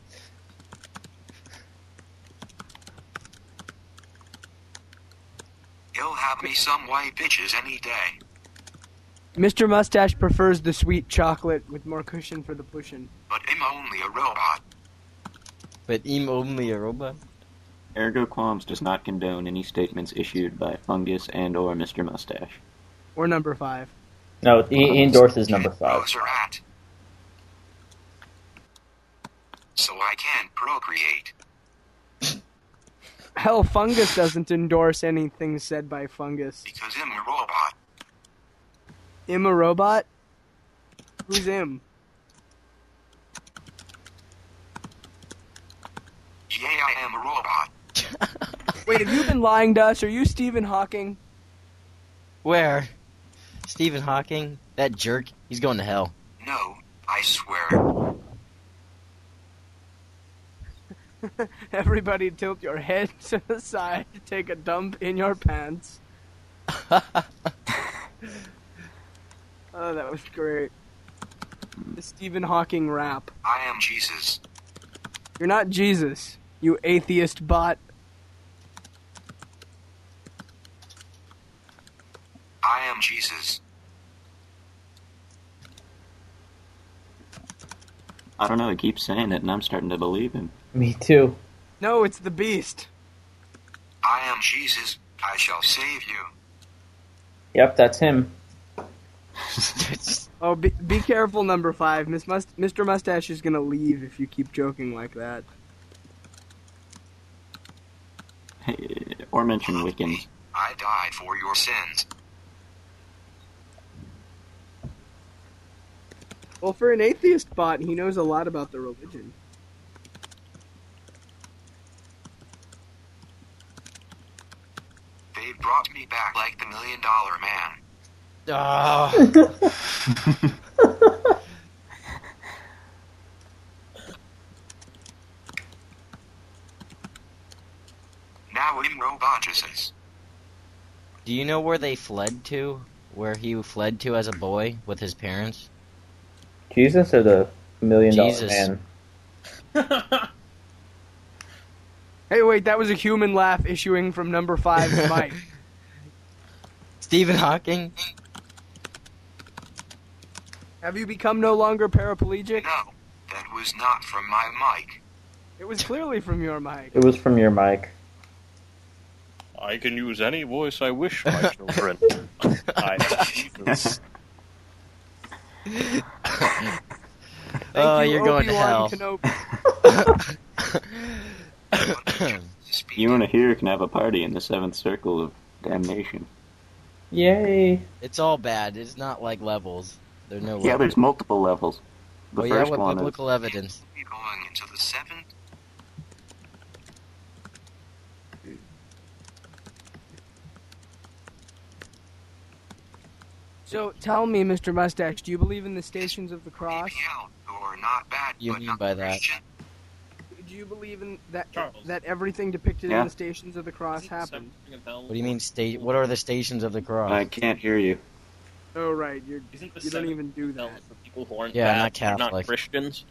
Speaker 9: He'll have me some white bitches any day.
Speaker 3: Mr. Mustache prefers the sweet chocolate with more cushion for the pushin'.
Speaker 9: But I'm only a robot.
Speaker 4: But I'm only a robot.
Speaker 6: Ergo Qualms does not condone any statements issued by Fungus and or Mr. Mustache.
Speaker 3: Or number five.
Speaker 5: no, he, he endorses number five.
Speaker 9: Those are at. So I can't procreate.
Speaker 3: Hell, Fungus doesn't endorse anything said by Fungus.
Speaker 9: Because I'm a robot.
Speaker 3: Im a robot? Who's Im?
Speaker 9: Yeah, I am a robot.
Speaker 3: Wait, have you been lying to us? Are you Stephen Hawking?
Speaker 4: Where? Stephen Hawking? That jerk? He's going to hell.
Speaker 9: No, I swear.
Speaker 3: Everybody tilt your head to the side to take a dump in your pants. Oh, that was great. The Stephen Hawking rap.
Speaker 9: I am Jesus.
Speaker 3: You're not Jesus, you atheist bot.
Speaker 9: I am Jesus.
Speaker 6: I don't know, he keeps saying it and I'm starting to believe him.
Speaker 5: Me too.
Speaker 3: No, it's the beast.
Speaker 9: I am Jesus. I shall save you.
Speaker 5: Yep, that's him.
Speaker 3: Oh, be, be careful, number five. Miss Must- Mr. Mustache is gonna leave if you keep joking like that.
Speaker 6: or mention Wiccans.
Speaker 9: I died for your sins.
Speaker 3: Well, for an atheist bot, he knows a lot about the religion.
Speaker 9: They brought me back like the million dollar man.
Speaker 3: Ah.
Speaker 4: Oh.
Speaker 9: Now I'm robot Jesus.
Speaker 4: Do you know where they fled to? Where he fled to as a boy with his parents?
Speaker 5: Jesus or the million dollar
Speaker 4: Jesus.
Speaker 5: man?
Speaker 3: Hey, wait, that was a human laugh issuing from number five's mic.
Speaker 4: Stephen Hawking?
Speaker 3: Have you become no longer paraplegic?
Speaker 9: No, that was not from my mic.
Speaker 3: It was clearly from your mic.
Speaker 5: It was from your mic.
Speaker 11: I can use any voice I wish, my children. I have Jesus.
Speaker 3: Thank
Speaker 4: oh,
Speaker 3: you,
Speaker 4: are going to
Speaker 3: Obi-Wan
Speaker 4: hell.
Speaker 3: Kenobi.
Speaker 6: You and a here can have a party in the seventh circle of damnation.
Speaker 5: Yay!
Speaker 4: it's all bad. It's not like levels. There are no
Speaker 6: Yeah,
Speaker 4: levels.
Speaker 6: there's multiple levels. The
Speaker 4: Well, yeah,
Speaker 6: first
Speaker 4: with
Speaker 6: one is
Speaker 4: biblical evidence.
Speaker 9: We're going into the seventh.
Speaker 3: So tell me, Mr. Mustache, do you believe in the Stations of the Cross?
Speaker 9: PPL, who are not bad,
Speaker 4: You
Speaker 9: but
Speaker 4: mean
Speaker 9: not
Speaker 4: by that?
Speaker 9: Christian.
Speaker 3: Do you believe in that
Speaker 1: Charles.
Speaker 3: that everything depicted
Speaker 6: Yeah.
Speaker 3: in the Stations of the Cross happened?
Speaker 4: What do you mean state? What are the stations of the cross?
Speaker 6: I can't hear you.
Speaker 3: Oh right, you're
Speaker 1: Isn't the
Speaker 3: you don't
Speaker 1: seven
Speaker 3: even do
Speaker 1: bells
Speaker 3: that.
Speaker 1: for people who aren't
Speaker 4: Yeah,
Speaker 1: bad,
Speaker 4: not
Speaker 1: they're
Speaker 4: Catholic.
Speaker 1: not Christians?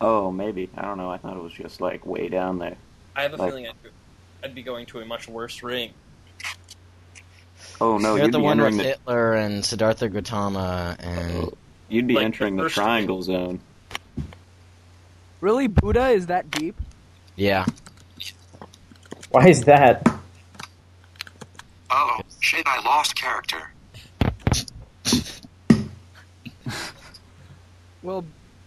Speaker 6: Oh, maybe. I don't know. I thought it was just like way down there.
Speaker 1: I have a
Speaker 6: Like-
Speaker 1: feeling I'd, I'd be going to a much worse ring.
Speaker 6: Oh no,
Speaker 4: You're
Speaker 6: you'd
Speaker 4: the
Speaker 6: be
Speaker 4: one with
Speaker 6: entering the
Speaker 4: Hitler and Siddhartha Gautama and
Speaker 6: you'd be
Speaker 1: Like the
Speaker 6: entering the,
Speaker 1: first
Speaker 6: triangle zone.
Speaker 3: Really, Buddha is that deep?
Speaker 4: yeah.
Speaker 5: Why is that?
Speaker 9: Oh, shit, I lost character.
Speaker 3: Well,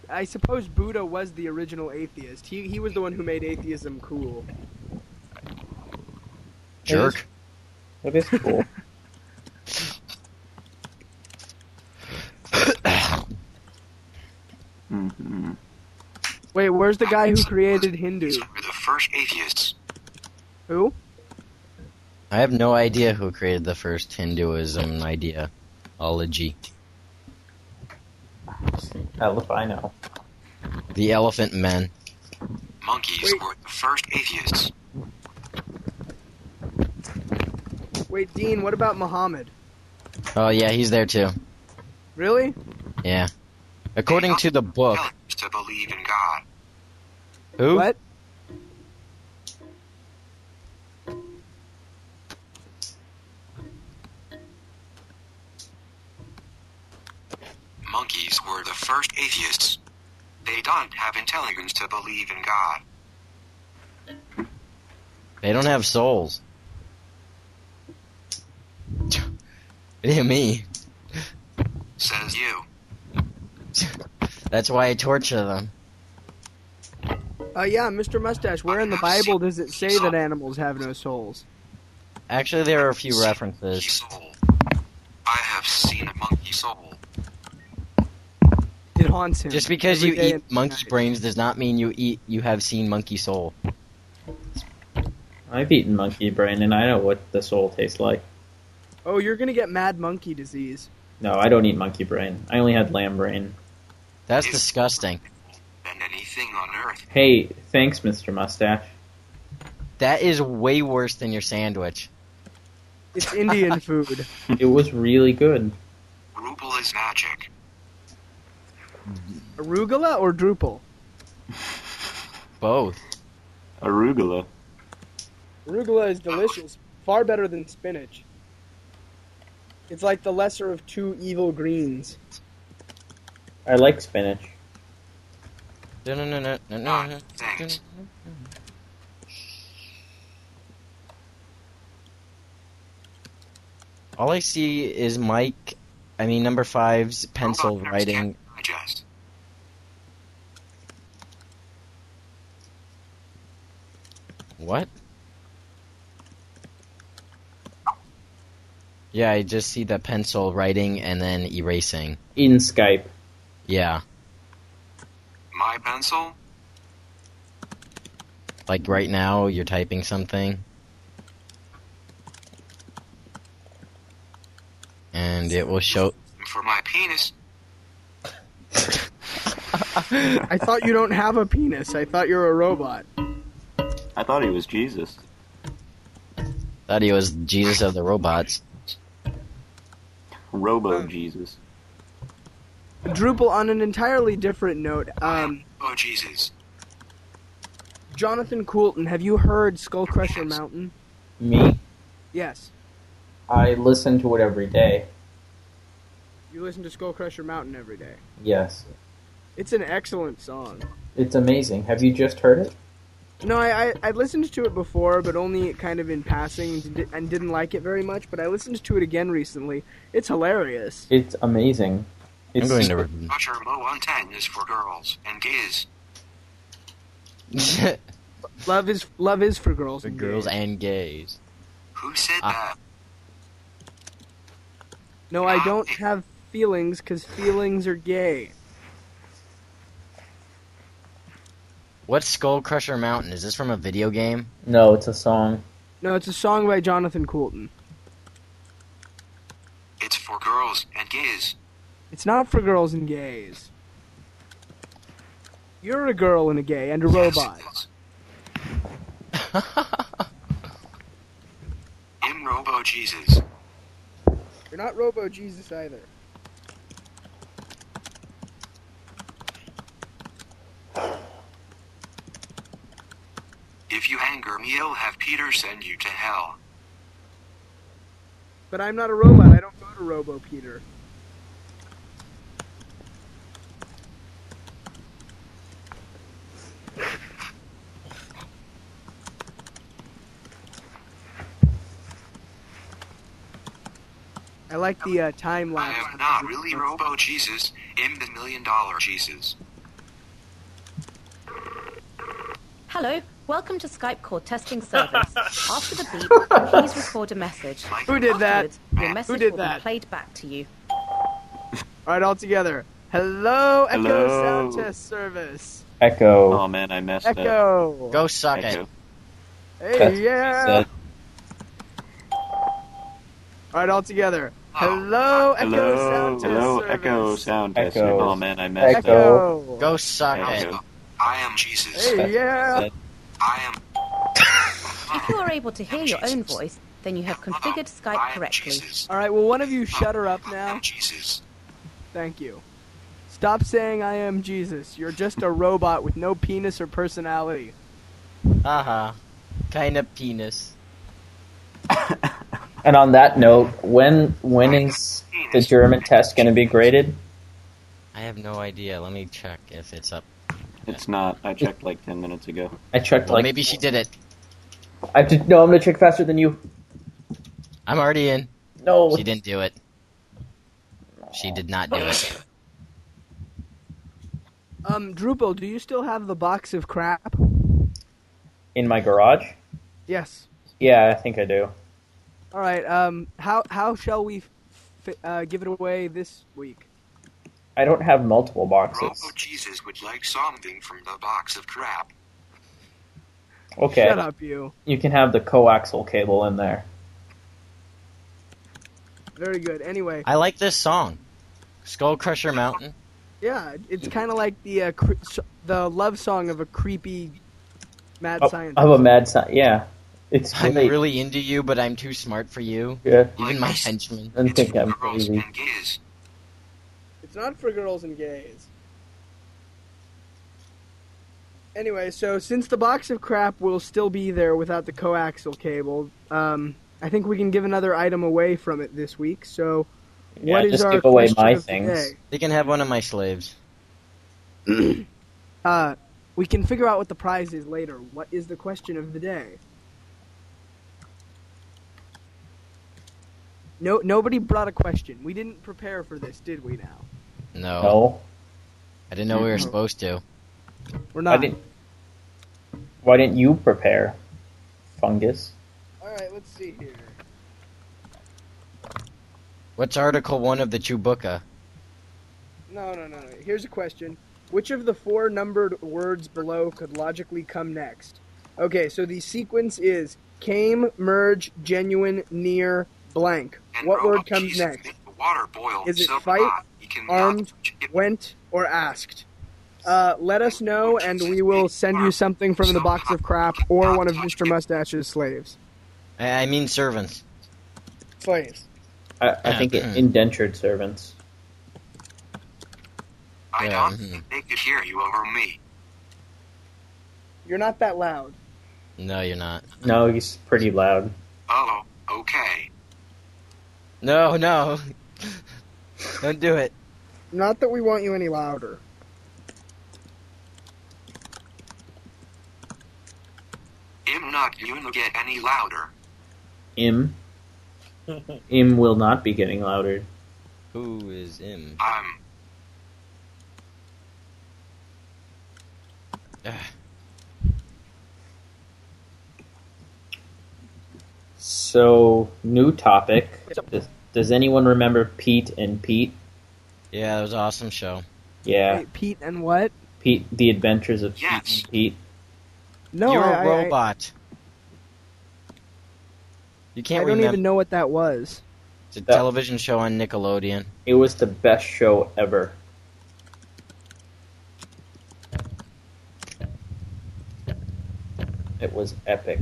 Speaker 3: I suppose Buddha was the original atheist. He he was the one who made atheism cool.
Speaker 4: Jerk.
Speaker 5: That is cool.
Speaker 6: hmm
Speaker 3: Wait, where's the guy who created Hindu?
Speaker 9: These were the first atheists.
Speaker 3: Who?
Speaker 4: I have no idea who created the first Hinduism ideology.
Speaker 5: Hell if I know.
Speaker 4: The elephant men.
Speaker 9: Monkeys
Speaker 3: Wait.
Speaker 9: were the first atheists.
Speaker 3: Wait, Dean, what about Muhammad?
Speaker 4: Oh yeah, he's there too.
Speaker 3: Really?
Speaker 4: Yeah. According to the book,
Speaker 9: Tell us to believe in God.
Speaker 4: who?
Speaker 3: What?
Speaker 9: Monkeys were the first atheists. They don't have intelligence to believe in God.
Speaker 4: They don't have souls. Yeah, me.
Speaker 9: Says you.
Speaker 4: That's why I torture them.
Speaker 3: Uh, yeah, Mr. Mustache. Where in the Bible does it say that animals have no souls?
Speaker 4: Actually, there are a few
Speaker 9: Monkey
Speaker 4: references.
Speaker 9: soul. I have seen a monkey soul.
Speaker 3: It haunts him.
Speaker 4: Just because
Speaker 3: every
Speaker 4: you
Speaker 3: day
Speaker 4: eat
Speaker 3: and
Speaker 4: monkey
Speaker 3: night.
Speaker 4: brains does not mean you eat. You have seen monkey soul.
Speaker 5: I've eaten monkey brain and I know what the soul tastes like.
Speaker 3: Oh, you're gonna get mad monkey disease.
Speaker 5: No, I don't eat monkey brain. I only had lamb brain.
Speaker 4: That's disgusting.
Speaker 9: Than anything on earth.
Speaker 5: Hey, thanks, Mr. Mustache.
Speaker 4: That is way worse than your sandwich.
Speaker 3: It's Indian food.
Speaker 5: It was really good.
Speaker 9: Rubel is magic.
Speaker 3: Arugula or Drupal?
Speaker 4: Both.
Speaker 6: Arugula.
Speaker 3: Arugula is delicious. Far better than spinach. It's like the lesser of two evil greens.
Speaker 5: I like spinach.
Speaker 4: No, no, no, no, no, no, no.
Speaker 9: Thanks.
Speaker 4: All I see is Mike. I mean, number five's pencil
Speaker 9: Robot parents
Speaker 4: writing.
Speaker 9: can't digest.
Speaker 4: What? Yeah, I just see the pencil writing and then erasing.
Speaker 5: In Skype.
Speaker 4: Yeah,
Speaker 9: My pencil?
Speaker 4: like right now you're typing something. And it will show.
Speaker 9: For my penis?
Speaker 3: I thought you don't have a penis. I thought you're a robot.
Speaker 6: I thought he was Jesus.
Speaker 4: Thought he was Jesus of the robots.
Speaker 6: Robo Jesus.
Speaker 3: Drupal, on an entirely different note, um,
Speaker 9: Oh, Jesus.
Speaker 3: Jonathan Coulton, have you heard Skull Crusher Mountain?
Speaker 5: Me?
Speaker 3: Yes.
Speaker 5: I listen to it every day.
Speaker 3: You listen to Skull Crusher Mountain every day.
Speaker 5: Yes.
Speaker 3: It's an excellent song.
Speaker 5: It's amazing. Have you just heard it?
Speaker 3: No, I, I, I listened to it before, but only kind of in passing and di- and didn't like it very much. But I listened to it again recently. It's hilarious.
Speaker 5: It's amazing. It's
Speaker 4: going to
Speaker 9: Culture low on tan is for girls and gays.
Speaker 3: Love is love is for girls.
Speaker 4: For
Speaker 3: and
Speaker 4: girls
Speaker 3: gays.
Speaker 4: and gays.
Speaker 9: Who said
Speaker 4: Ah.
Speaker 9: that?
Speaker 3: No, I don't have feelings because feelings are gay.
Speaker 4: What's Skull Crusher Mountain? Is this from a video game?
Speaker 5: No, it's a song.
Speaker 3: No, it's a song by Jonathan Coulton.
Speaker 9: It's for girls and gays.
Speaker 3: It's not for girls and gays. You're a girl and a gay and a
Speaker 9: Yes,
Speaker 3: robot.
Speaker 9: yes. I'm Robo Jesus.
Speaker 3: You're not Robo Jesus either.
Speaker 9: If you anger me, I'll have Peter send you to hell.
Speaker 3: But I'm not a robot. I don't go to Robo Peter. I like the uh, time
Speaker 9: I
Speaker 3: lapse.
Speaker 9: am not really Robo Jesus. I'm the Million Dollar Jesus.
Speaker 12: Hello, welcome to Skype call testing service. After the beep, please record a message.
Speaker 3: Who did that?
Speaker 12: Afterwards, Your message
Speaker 3: Who did
Speaker 12: will
Speaker 3: that?
Speaker 12: be played back to you.
Speaker 3: All right, all together. Hello, Echo
Speaker 6: Hello.
Speaker 3: Sound Test Service.
Speaker 5: Echo.
Speaker 4: Um,
Speaker 6: Oh man, I messed up.
Speaker 3: Echo.
Speaker 4: Go suck
Speaker 6: Echo.
Speaker 3: Hey,
Speaker 4: it.
Speaker 5: That's
Speaker 3: yeah.
Speaker 5: what he said.
Speaker 3: All right, all together.
Speaker 9: Oh.
Speaker 3: Hello, Echo
Speaker 6: Hello,
Speaker 3: Sound
Speaker 6: hello,
Speaker 3: Test
Speaker 6: Echo
Speaker 3: Service.
Speaker 6: sound test.
Speaker 5: Echo.
Speaker 6: Oh man, I messed up.
Speaker 3: Echo.
Speaker 4: Go suck it.
Speaker 6: Echo.
Speaker 9: I am Jesus.
Speaker 3: Hey,
Speaker 5: That's
Speaker 3: yeah.
Speaker 5: what
Speaker 9: I am.
Speaker 12: If you are able to hear your own voice, then you have configured
Speaker 9: I
Speaker 12: Skype
Speaker 9: am
Speaker 12: correctly.
Speaker 9: Jesus.
Speaker 3: All right, well, one of you Oh, shut her up
Speaker 9: I
Speaker 3: now.
Speaker 9: am Jesus.
Speaker 3: Thank you. Stop saying I am Jesus. You're just a robot with no penis or personality.
Speaker 4: Uh huh. Kind of penis.
Speaker 5: And on that note, when when is the German test going to be graded?
Speaker 4: I have no idea. Let me check if it's up.
Speaker 6: It's not. I checked like ten minutes ago.
Speaker 5: I checked
Speaker 4: Well,
Speaker 5: like
Speaker 4: maybe she did it.
Speaker 5: I did, no, I'm going to check faster than you.
Speaker 4: I'm already in.
Speaker 5: No.
Speaker 4: She didn't do it. She did not do it.
Speaker 3: Um, Drupal, do you still have the box of crap?
Speaker 5: In my garage?
Speaker 3: Yes.
Speaker 5: Yeah, I think I do.
Speaker 3: All right. Um, how how shall we f- uh, give it away this week?
Speaker 5: I don't have multiple
Speaker 9: Robo
Speaker 5: boxes.
Speaker 9: Jesus would like something from the box of crap.
Speaker 5: Okay.
Speaker 3: Shut up, you.
Speaker 5: You can have the coaxial cable in there.
Speaker 3: Very good. Anyway,
Speaker 4: I like this song. Skull Crusher Mountain.
Speaker 3: yeah, it's kind of like the uh, cre- s- the love song of a creepy mad
Speaker 5: Of
Speaker 3: scientist.
Speaker 5: of Oh, a mad science. Yeah. It's
Speaker 4: I'm
Speaker 5: really,
Speaker 4: really into you, but I'm too smart for you.
Speaker 5: good.
Speaker 4: Even my henchmen.
Speaker 5: I don't
Speaker 9: It's
Speaker 5: think
Speaker 9: for
Speaker 5: I'm
Speaker 9: girls
Speaker 5: crazy.
Speaker 9: and gays.
Speaker 3: It's not for girls and gays. Anyway, so since the box of crap will still be there without the coaxial cable, um, I think we can give another item away from it this week. So,
Speaker 5: Yeah,
Speaker 3: what is
Speaker 5: just
Speaker 3: our
Speaker 5: give away
Speaker 3: question
Speaker 5: my
Speaker 3: of the
Speaker 5: things.
Speaker 3: day?
Speaker 4: They can have one of my slaves.
Speaker 3: Uh, we can figure out what the prize is later. What is the question of the day? No, nobody brought a question. We didn't prepare for this, did we? Now
Speaker 4: No.
Speaker 5: No.
Speaker 4: I didn't know we were
Speaker 3: Mhm.
Speaker 4: supposed to.
Speaker 3: we're
Speaker 5: Why
Speaker 3: not.
Speaker 5: didn't, why didn't you prepare, Fungus?
Speaker 3: All right, let's see here.
Speaker 4: What's Article 1 of the Chewbacca?
Speaker 3: No, no, no, no. Here's a question: Which of the four numbered words below could logically come next? Okay, so the sequence is came, merge, genuine, near, blank.
Speaker 9: And
Speaker 3: What
Speaker 9: Robo
Speaker 3: word comes
Speaker 9: Jesus
Speaker 3: next?
Speaker 9: made the water boil
Speaker 3: Is it
Speaker 9: so
Speaker 3: fight,
Speaker 9: hot he cannot
Speaker 3: armed,
Speaker 9: touch it.
Speaker 3: went, or asked. Uh, let us know, and we will send you something from the box of crap or one of Mr. Mustache's slaves.
Speaker 4: I, I mean servants.
Speaker 3: Slaves.
Speaker 5: I, I think it, indentured servants.
Speaker 9: I
Speaker 4: Yeah,
Speaker 9: don't
Speaker 4: mhm.
Speaker 5: mm-hmm.
Speaker 9: think they could hear you over me.
Speaker 3: You're not that loud.
Speaker 4: No, you're not.
Speaker 5: No, he's pretty loud.
Speaker 9: Oh, okay.
Speaker 4: No, no. Don't do it.
Speaker 3: Not that we want you any louder.
Speaker 9: Im not yun get any louder.
Speaker 5: Im. Im will not be getting louder.
Speaker 4: Who is Im?
Speaker 9: Um.
Speaker 5: So, new topic. Does, does anyone remember Pete and Pete?
Speaker 4: Yeah, that was an awesome show.
Speaker 5: Yeah,
Speaker 3: Wait, Pete and what?
Speaker 5: Pete, The Adventures of Pete and Pete.
Speaker 3: No,
Speaker 4: You're
Speaker 3: I-
Speaker 4: a
Speaker 3: I- I-
Speaker 4: robot. you
Speaker 3: I
Speaker 4: can't
Speaker 3: don't
Speaker 4: remember.
Speaker 3: even know what that was.
Speaker 4: It's a television show on Nickelodeon.
Speaker 5: It was the best show ever. It was epic.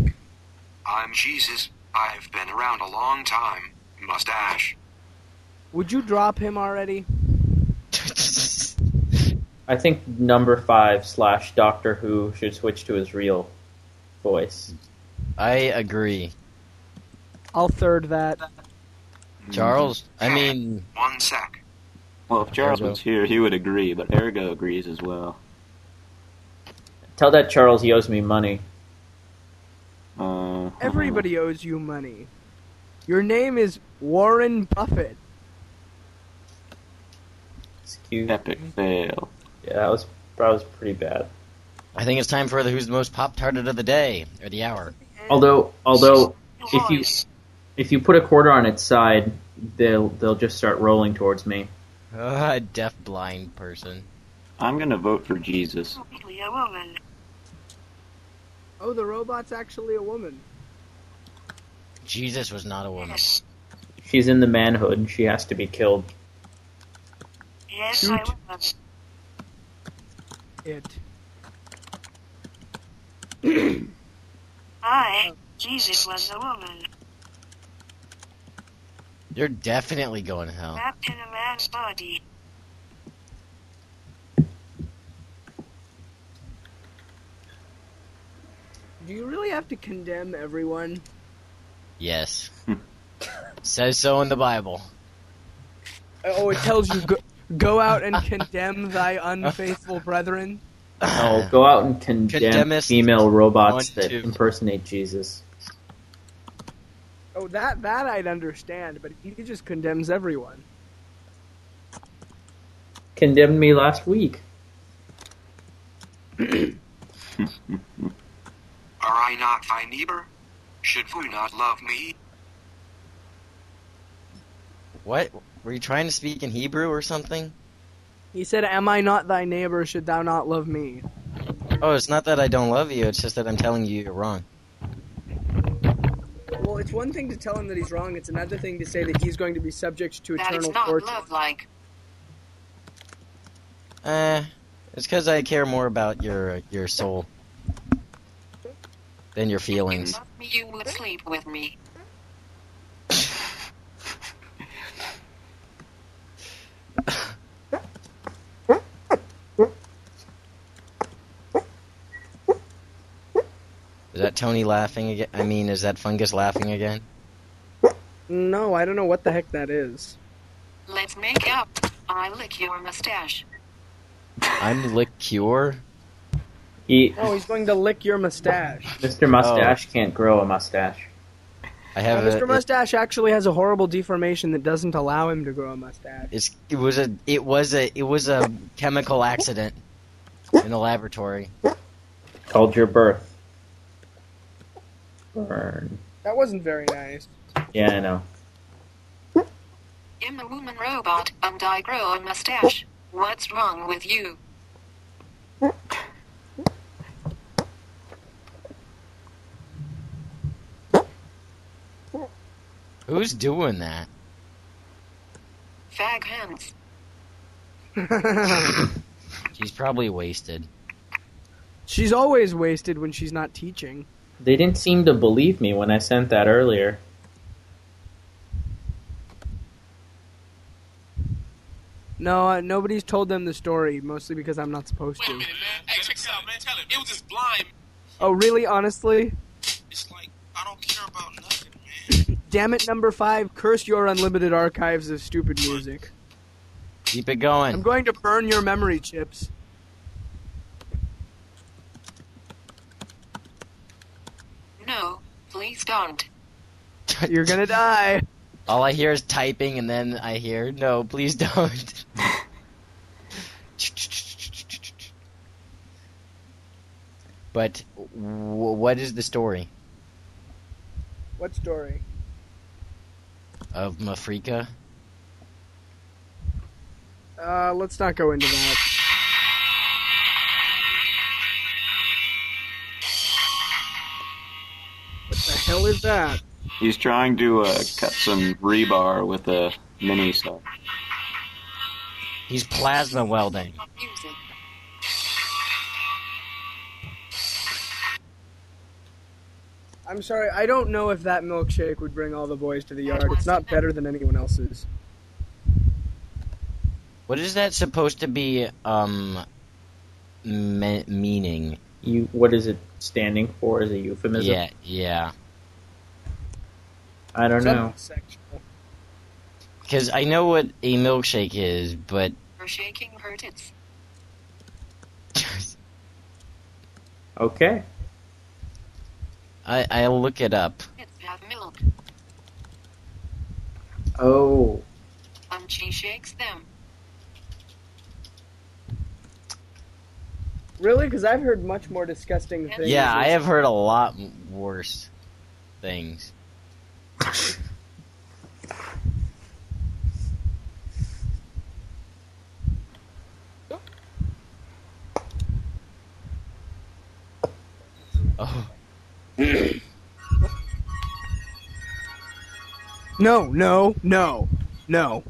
Speaker 9: I'm Jesus. I've been around a long time. Mustache.
Speaker 3: Would you drop him already?
Speaker 5: I think number five slash Doctor Who should switch to his real voice.
Speaker 4: I agree.
Speaker 3: I'll third that.
Speaker 4: Mm-hmm. Charles, I mean,
Speaker 9: One sec.
Speaker 6: Well, if Charles
Speaker 4: Ergo.
Speaker 6: was here, he would agree, but Ergo agrees as well.
Speaker 5: Tell that Charles he owes me money.
Speaker 6: Uh,
Speaker 3: Everybody owes you money. Your name is Warren Buffett.
Speaker 5: excuse
Speaker 6: Epic fail.
Speaker 5: Yeah, that was that was pretty bad.
Speaker 4: I think it's time for the who's the most pop tarted of the day or the hour.
Speaker 5: Although although if you if you put a quarter on its side, they'll they'll just start rolling towards me.
Speaker 4: Uh, deaf blind person.
Speaker 6: I'm gonna vote for Jesus.
Speaker 3: Oh, the robot's actually a woman.
Speaker 4: Jesus was not a woman.
Speaker 5: She's in the manhood. She has to be killed.
Speaker 13: Yes,
Speaker 3: Shoot.
Speaker 13: I remember.
Speaker 3: It.
Speaker 13: I, Jesus, was a woman,
Speaker 4: You're definitely going to hell.
Speaker 13: wrapped in a man's body.
Speaker 3: Do you really have to condemn everyone?
Speaker 4: Yes. Says so in the Bible.
Speaker 3: Oh, it tells you go, go out and condemn thy unfaithful brethren.
Speaker 5: No, go out and condemn
Speaker 4: Condemnest
Speaker 5: female robots
Speaker 4: one,
Speaker 5: that
Speaker 4: two.
Speaker 5: impersonate Jesus.
Speaker 3: Oh, that that I'd understand, but he just condemns everyone.
Speaker 5: Condemned me last week.
Speaker 9: Are I not thy neighbor? Should you not love me?
Speaker 4: What? Were you trying to speak in Hebrew or something?
Speaker 3: He said, "Am I not thy neighbor? Should thou not love me?"
Speaker 4: Oh, it's not that I don't love you, it's just that I'm telling you you're wrong.
Speaker 3: Well, it's one thing to tell him that he's wrong. It's another thing to say that he's going to be subject to
Speaker 13: That
Speaker 3: eternal
Speaker 13: is not
Speaker 3: torture.
Speaker 13: love like.
Speaker 4: Eh, it's because I care more about your your soul than your feelings.
Speaker 13: You would sleep with me.
Speaker 4: Is that Tony laughing again? I mean, is that fungus laughing again?
Speaker 3: No, I don't know what the heck that is.
Speaker 13: Let's make up. I lick your mustache.
Speaker 4: I'm liqueur.
Speaker 5: He,
Speaker 3: Oh, he's going to lick your mustache.
Speaker 4: Oh.
Speaker 5: Mr. Mustache can't grow a mustache.
Speaker 4: I
Speaker 3: Uh,
Speaker 4: have a.
Speaker 3: Mr. Mustache actually has a horrible deformation that doesn't allow him to grow a mustache.
Speaker 4: It's, it was a it was a it was a chemical accident in the laboratory.
Speaker 5: Called your birth. Burn.
Speaker 3: That wasn't very nice.
Speaker 5: Yeah, I know.
Speaker 13: I'm a woman robot, and I grow a mustache. What's wrong with you?
Speaker 4: Who's doing that?
Speaker 13: Fag hands.
Speaker 4: She's probably wasted.
Speaker 3: She's always wasted when she's not teaching.
Speaker 5: They didn't seem to believe me when I sent that earlier.
Speaker 3: No, uh, nobody's told them the story, mostly because I'm not supposed
Speaker 9: Wait a
Speaker 3: to.
Speaker 9: minute, man. Hey, check this out, man. Tell him. It was just blind.
Speaker 3: Oh, really? Honestly?
Speaker 9: It's like, I don't care about nothing.
Speaker 3: Damn it, number five, curse your unlimited archives of stupid music.
Speaker 4: Keep it going.
Speaker 3: I'm going to burn your memory chips.
Speaker 13: No, please don't.
Speaker 3: You're gonna die.
Speaker 4: All I hear is typing, and then I hear, no, please don't. but w- what is the story
Speaker 3: What story?
Speaker 4: of Mafrika?
Speaker 3: Uh, let's not go into that. What the hell is that?
Speaker 6: He's trying to uh, cut some rebar with a mini saw.
Speaker 4: He's plasma welding.
Speaker 13: Music.
Speaker 3: I'm sorry, I don't know if that milkshake would bring all the boys to the yard. It's not better than anyone else's.
Speaker 4: What is that supposed to be? Um, me- meaning?
Speaker 5: You, what is it standing for? Is a euphemism?
Speaker 4: Yeah, yeah.
Speaker 5: I don't know.
Speaker 3: Something sexual.
Speaker 4: Because I know what a milkshake is, but
Speaker 13: Her shaking her tits.
Speaker 5: Okay.
Speaker 4: I I look it up.
Speaker 13: Tits have milk.
Speaker 5: Oh,
Speaker 13: Um, she shakes them.
Speaker 3: Really? Because I've heard much more disgusting things.
Speaker 4: Yeah, I have heard a lot m- worse things. oh,
Speaker 3: No, no, no, no,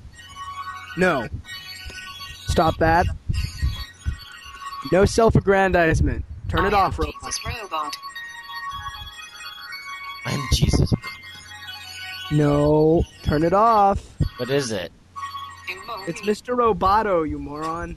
Speaker 3: no. Stop that. No self-aggrandizement. Turn it
Speaker 13: I am
Speaker 3: off, robot.
Speaker 13: Jesus robot.
Speaker 4: I'm Jesus.
Speaker 3: No, turn it off.
Speaker 4: What is it?
Speaker 13: You won't
Speaker 3: It's
Speaker 13: be.
Speaker 3: Mr. Roboto, you moron.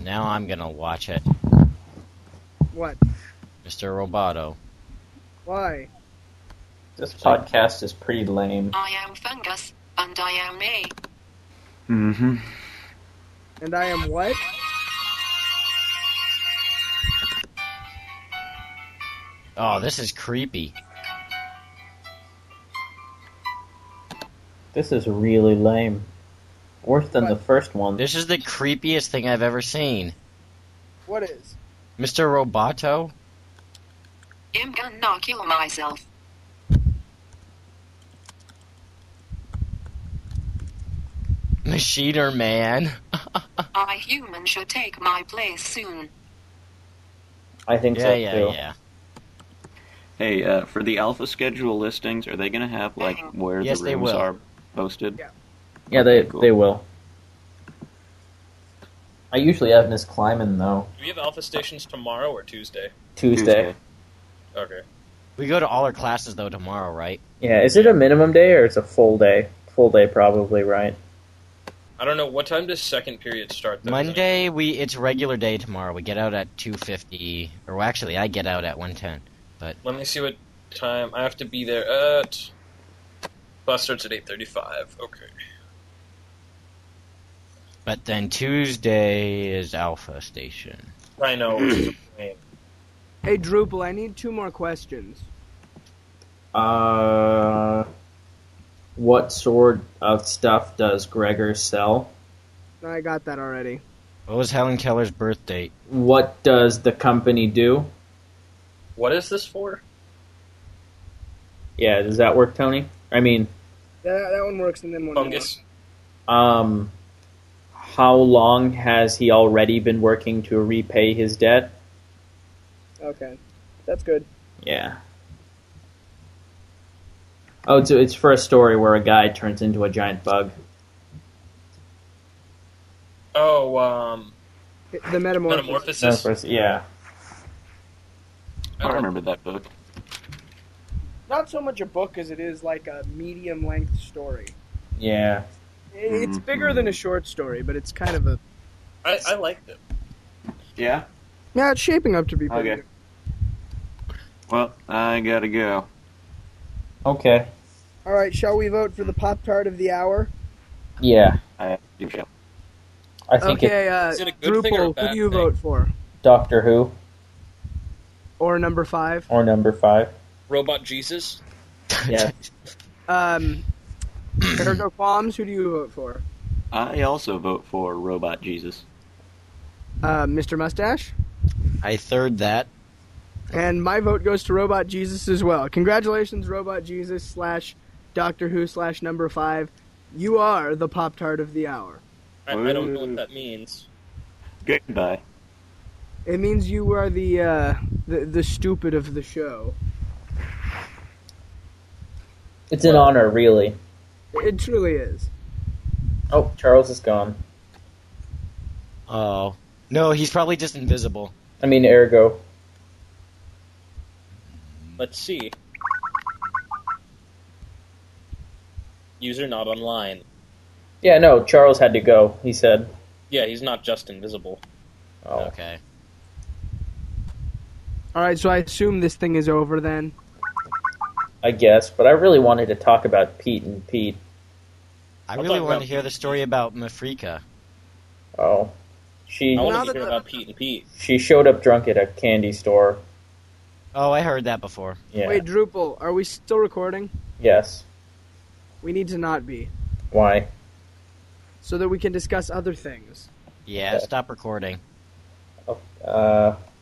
Speaker 4: Now I'm gonna watch it,
Speaker 3: What?
Speaker 4: Mr. Roboto.
Speaker 3: Why?
Speaker 5: this podcast is pretty lame.
Speaker 13: I am fungus, and I am a.
Speaker 6: Mm-hmm.
Speaker 3: And I am what?
Speaker 4: Oh, this is creepy.
Speaker 5: This is really lame. Worse than the first one.
Speaker 4: This is the creepiest thing I've ever seen.
Speaker 3: What is?
Speaker 4: Mr. Roboto?
Speaker 13: I'm gonna kill myself.
Speaker 4: Machiner Man?
Speaker 13: I human should take my place soon.
Speaker 5: I think
Speaker 4: yeah,
Speaker 5: so
Speaker 4: yeah,
Speaker 5: too.
Speaker 4: yeah.
Speaker 6: Hey, uh, for the alpha schedule listings, are they going to have like where
Speaker 4: Yes,
Speaker 6: the
Speaker 4: they
Speaker 6: rooms
Speaker 4: will.
Speaker 6: are posted?
Speaker 3: Yeah.
Speaker 5: Yeah, they
Speaker 6: Cool.
Speaker 5: they will. I usually have Miss Kleiman though.
Speaker 14: Do we have alpha stations tomorrow or Tuesday?
Speaker 5: Tuesday.
Speaker 14: Okay.
Speaker 4: We go to all our classes, though, tomorrow, right?
Speaker 5: Yeah, is it a minimum day or it's a full day? Full day probably, right?
Speaker 14: I don't know what time does second period start. Though?
Speaker 4: Monday, we it's regular day tomorrow. We get out at 2.50, or well, actually, I get out at 1.10.
Speaker 14: Let me see what time I have to be there at. Class starts at eight thirty-five. Okay.
Speaker 4: But then Tuesday is Alpha Station.
Speaker 14: I know.
Speaker 3: Hey, Drupal, I need two more questions.
Speaker 5: Uh what sort of stuff does Gregor sell?
Speaker 3: I got that already.
Speaker 4: What was Helen Keller's birth date?
Speaker 5: What does the company do?
Speaker 14: what is this for?
Speaker 5: Yeah, does that work, Tony? I mean,
Speaker 3: That, that one works, and then one
Speaker 14: Fungus.
Speaker 5: um how long has he already been working to repay his debt?
Speaker 3: more. Okay, that's good.
Speaker 5: Yeah. Oh, it's, it's for a story where a guy turns into a giant bug.
Speaker 14: Oh, um,
Speaker 3: The metamorph.
Speaker 14: metamorphosis.
Speaker 5: yeah.
Speaker 6: I remember that book.
Speaker 3: Not so much a book as it is like a medium-length story.
Speaker 5: Yeah.
Speaker 3: I- It's bigger than a short story, but it's kind of a.
Speaker 14: I, I liked it.
Speaker 6: Yeah?
Speaker 3: Yeah, it's shaping up to be pretty
Speaker 6: Okay. Well, I gotta go.
Speaker 5: Okay.
Speaker 3: All right, shall we vote for the Pop Tart of the hour?
Speaker 5: Yeah.
Speaker 6: I do show.
Speaker 5: I think
Speaker 3: okay,
Speaker 5: it's
Speaker 3: uh,
Speaker 1: Is it a good thing or a
Speaker 3: Drupal, who
Speaker 1: bad
Speaker 3: do you vote for?
Speaker 5: Doctor Who
Speaker 3: Or number five?
Speaker 5: or number five.
Speaker 14: Robot Jesus.
Speaker 5: Yeah.
Speaker 3: Um, there are no qualms. Who do you vote for?
Speaker 6: I also vote for Robot Jesus.
Speaker 3: Uh, Mr. Mustache?
Speaker 4: I third that.
Speaker 3: And my vote goes to Robot Jesus as well. Congratulations, Robot Jesus slash Doctor Who slash number five. You are the Pop Tart of the hour.
Speaker 14: I, I don't know what that means.
Speaker 6: Goodbye.
Speaker 3: It means you are the uh, the, the stupid of the show.
Speaker 5: It's an honor, really.
Speaker 3: It truly is.
Speaker 5: Oh, Charles is gone.
Speaker 4: Oh. No, he's probably just invisible.
Speaker 5: I mean, ergo.
Speaker 14: Let's see. User not online.
Speaker 5: Yeah, no, Charles had to go. He said.
Speaker 14: Yeah, he's not just invisible.
Speaker 5: Oh.
Speaker 4: Okay.
Speaker 3: All right, so I assume this thing is over then.
Speaker 5: I guess, but I really wanted to talk about Pete and Pete.
Speaker 4: I
Speaker 14: I'll
Speaker 4: really
Speaker 14: talk
Speaker 4: want
Speaker 14: about
Speaker 4: to hear the story about Mafrika.
Speaker 5: Oh, she
Speaker 14: I want to hear about Pete and Pete.
Speaker 5: she showed up drunk at a candy store.
Speaker 4: Oh, I heard that before.
Speaker 5: Yeah.
Speaker 3: Wait, Drupal, are we still recording?
Speaker 5: Yes.
Speaker 3: We need to not be,
Speaker 5: Why?
Speaker 3: so that we can discuss other things.
Speaker 4: Yeah, stop recording.
Speaker 5: Uh,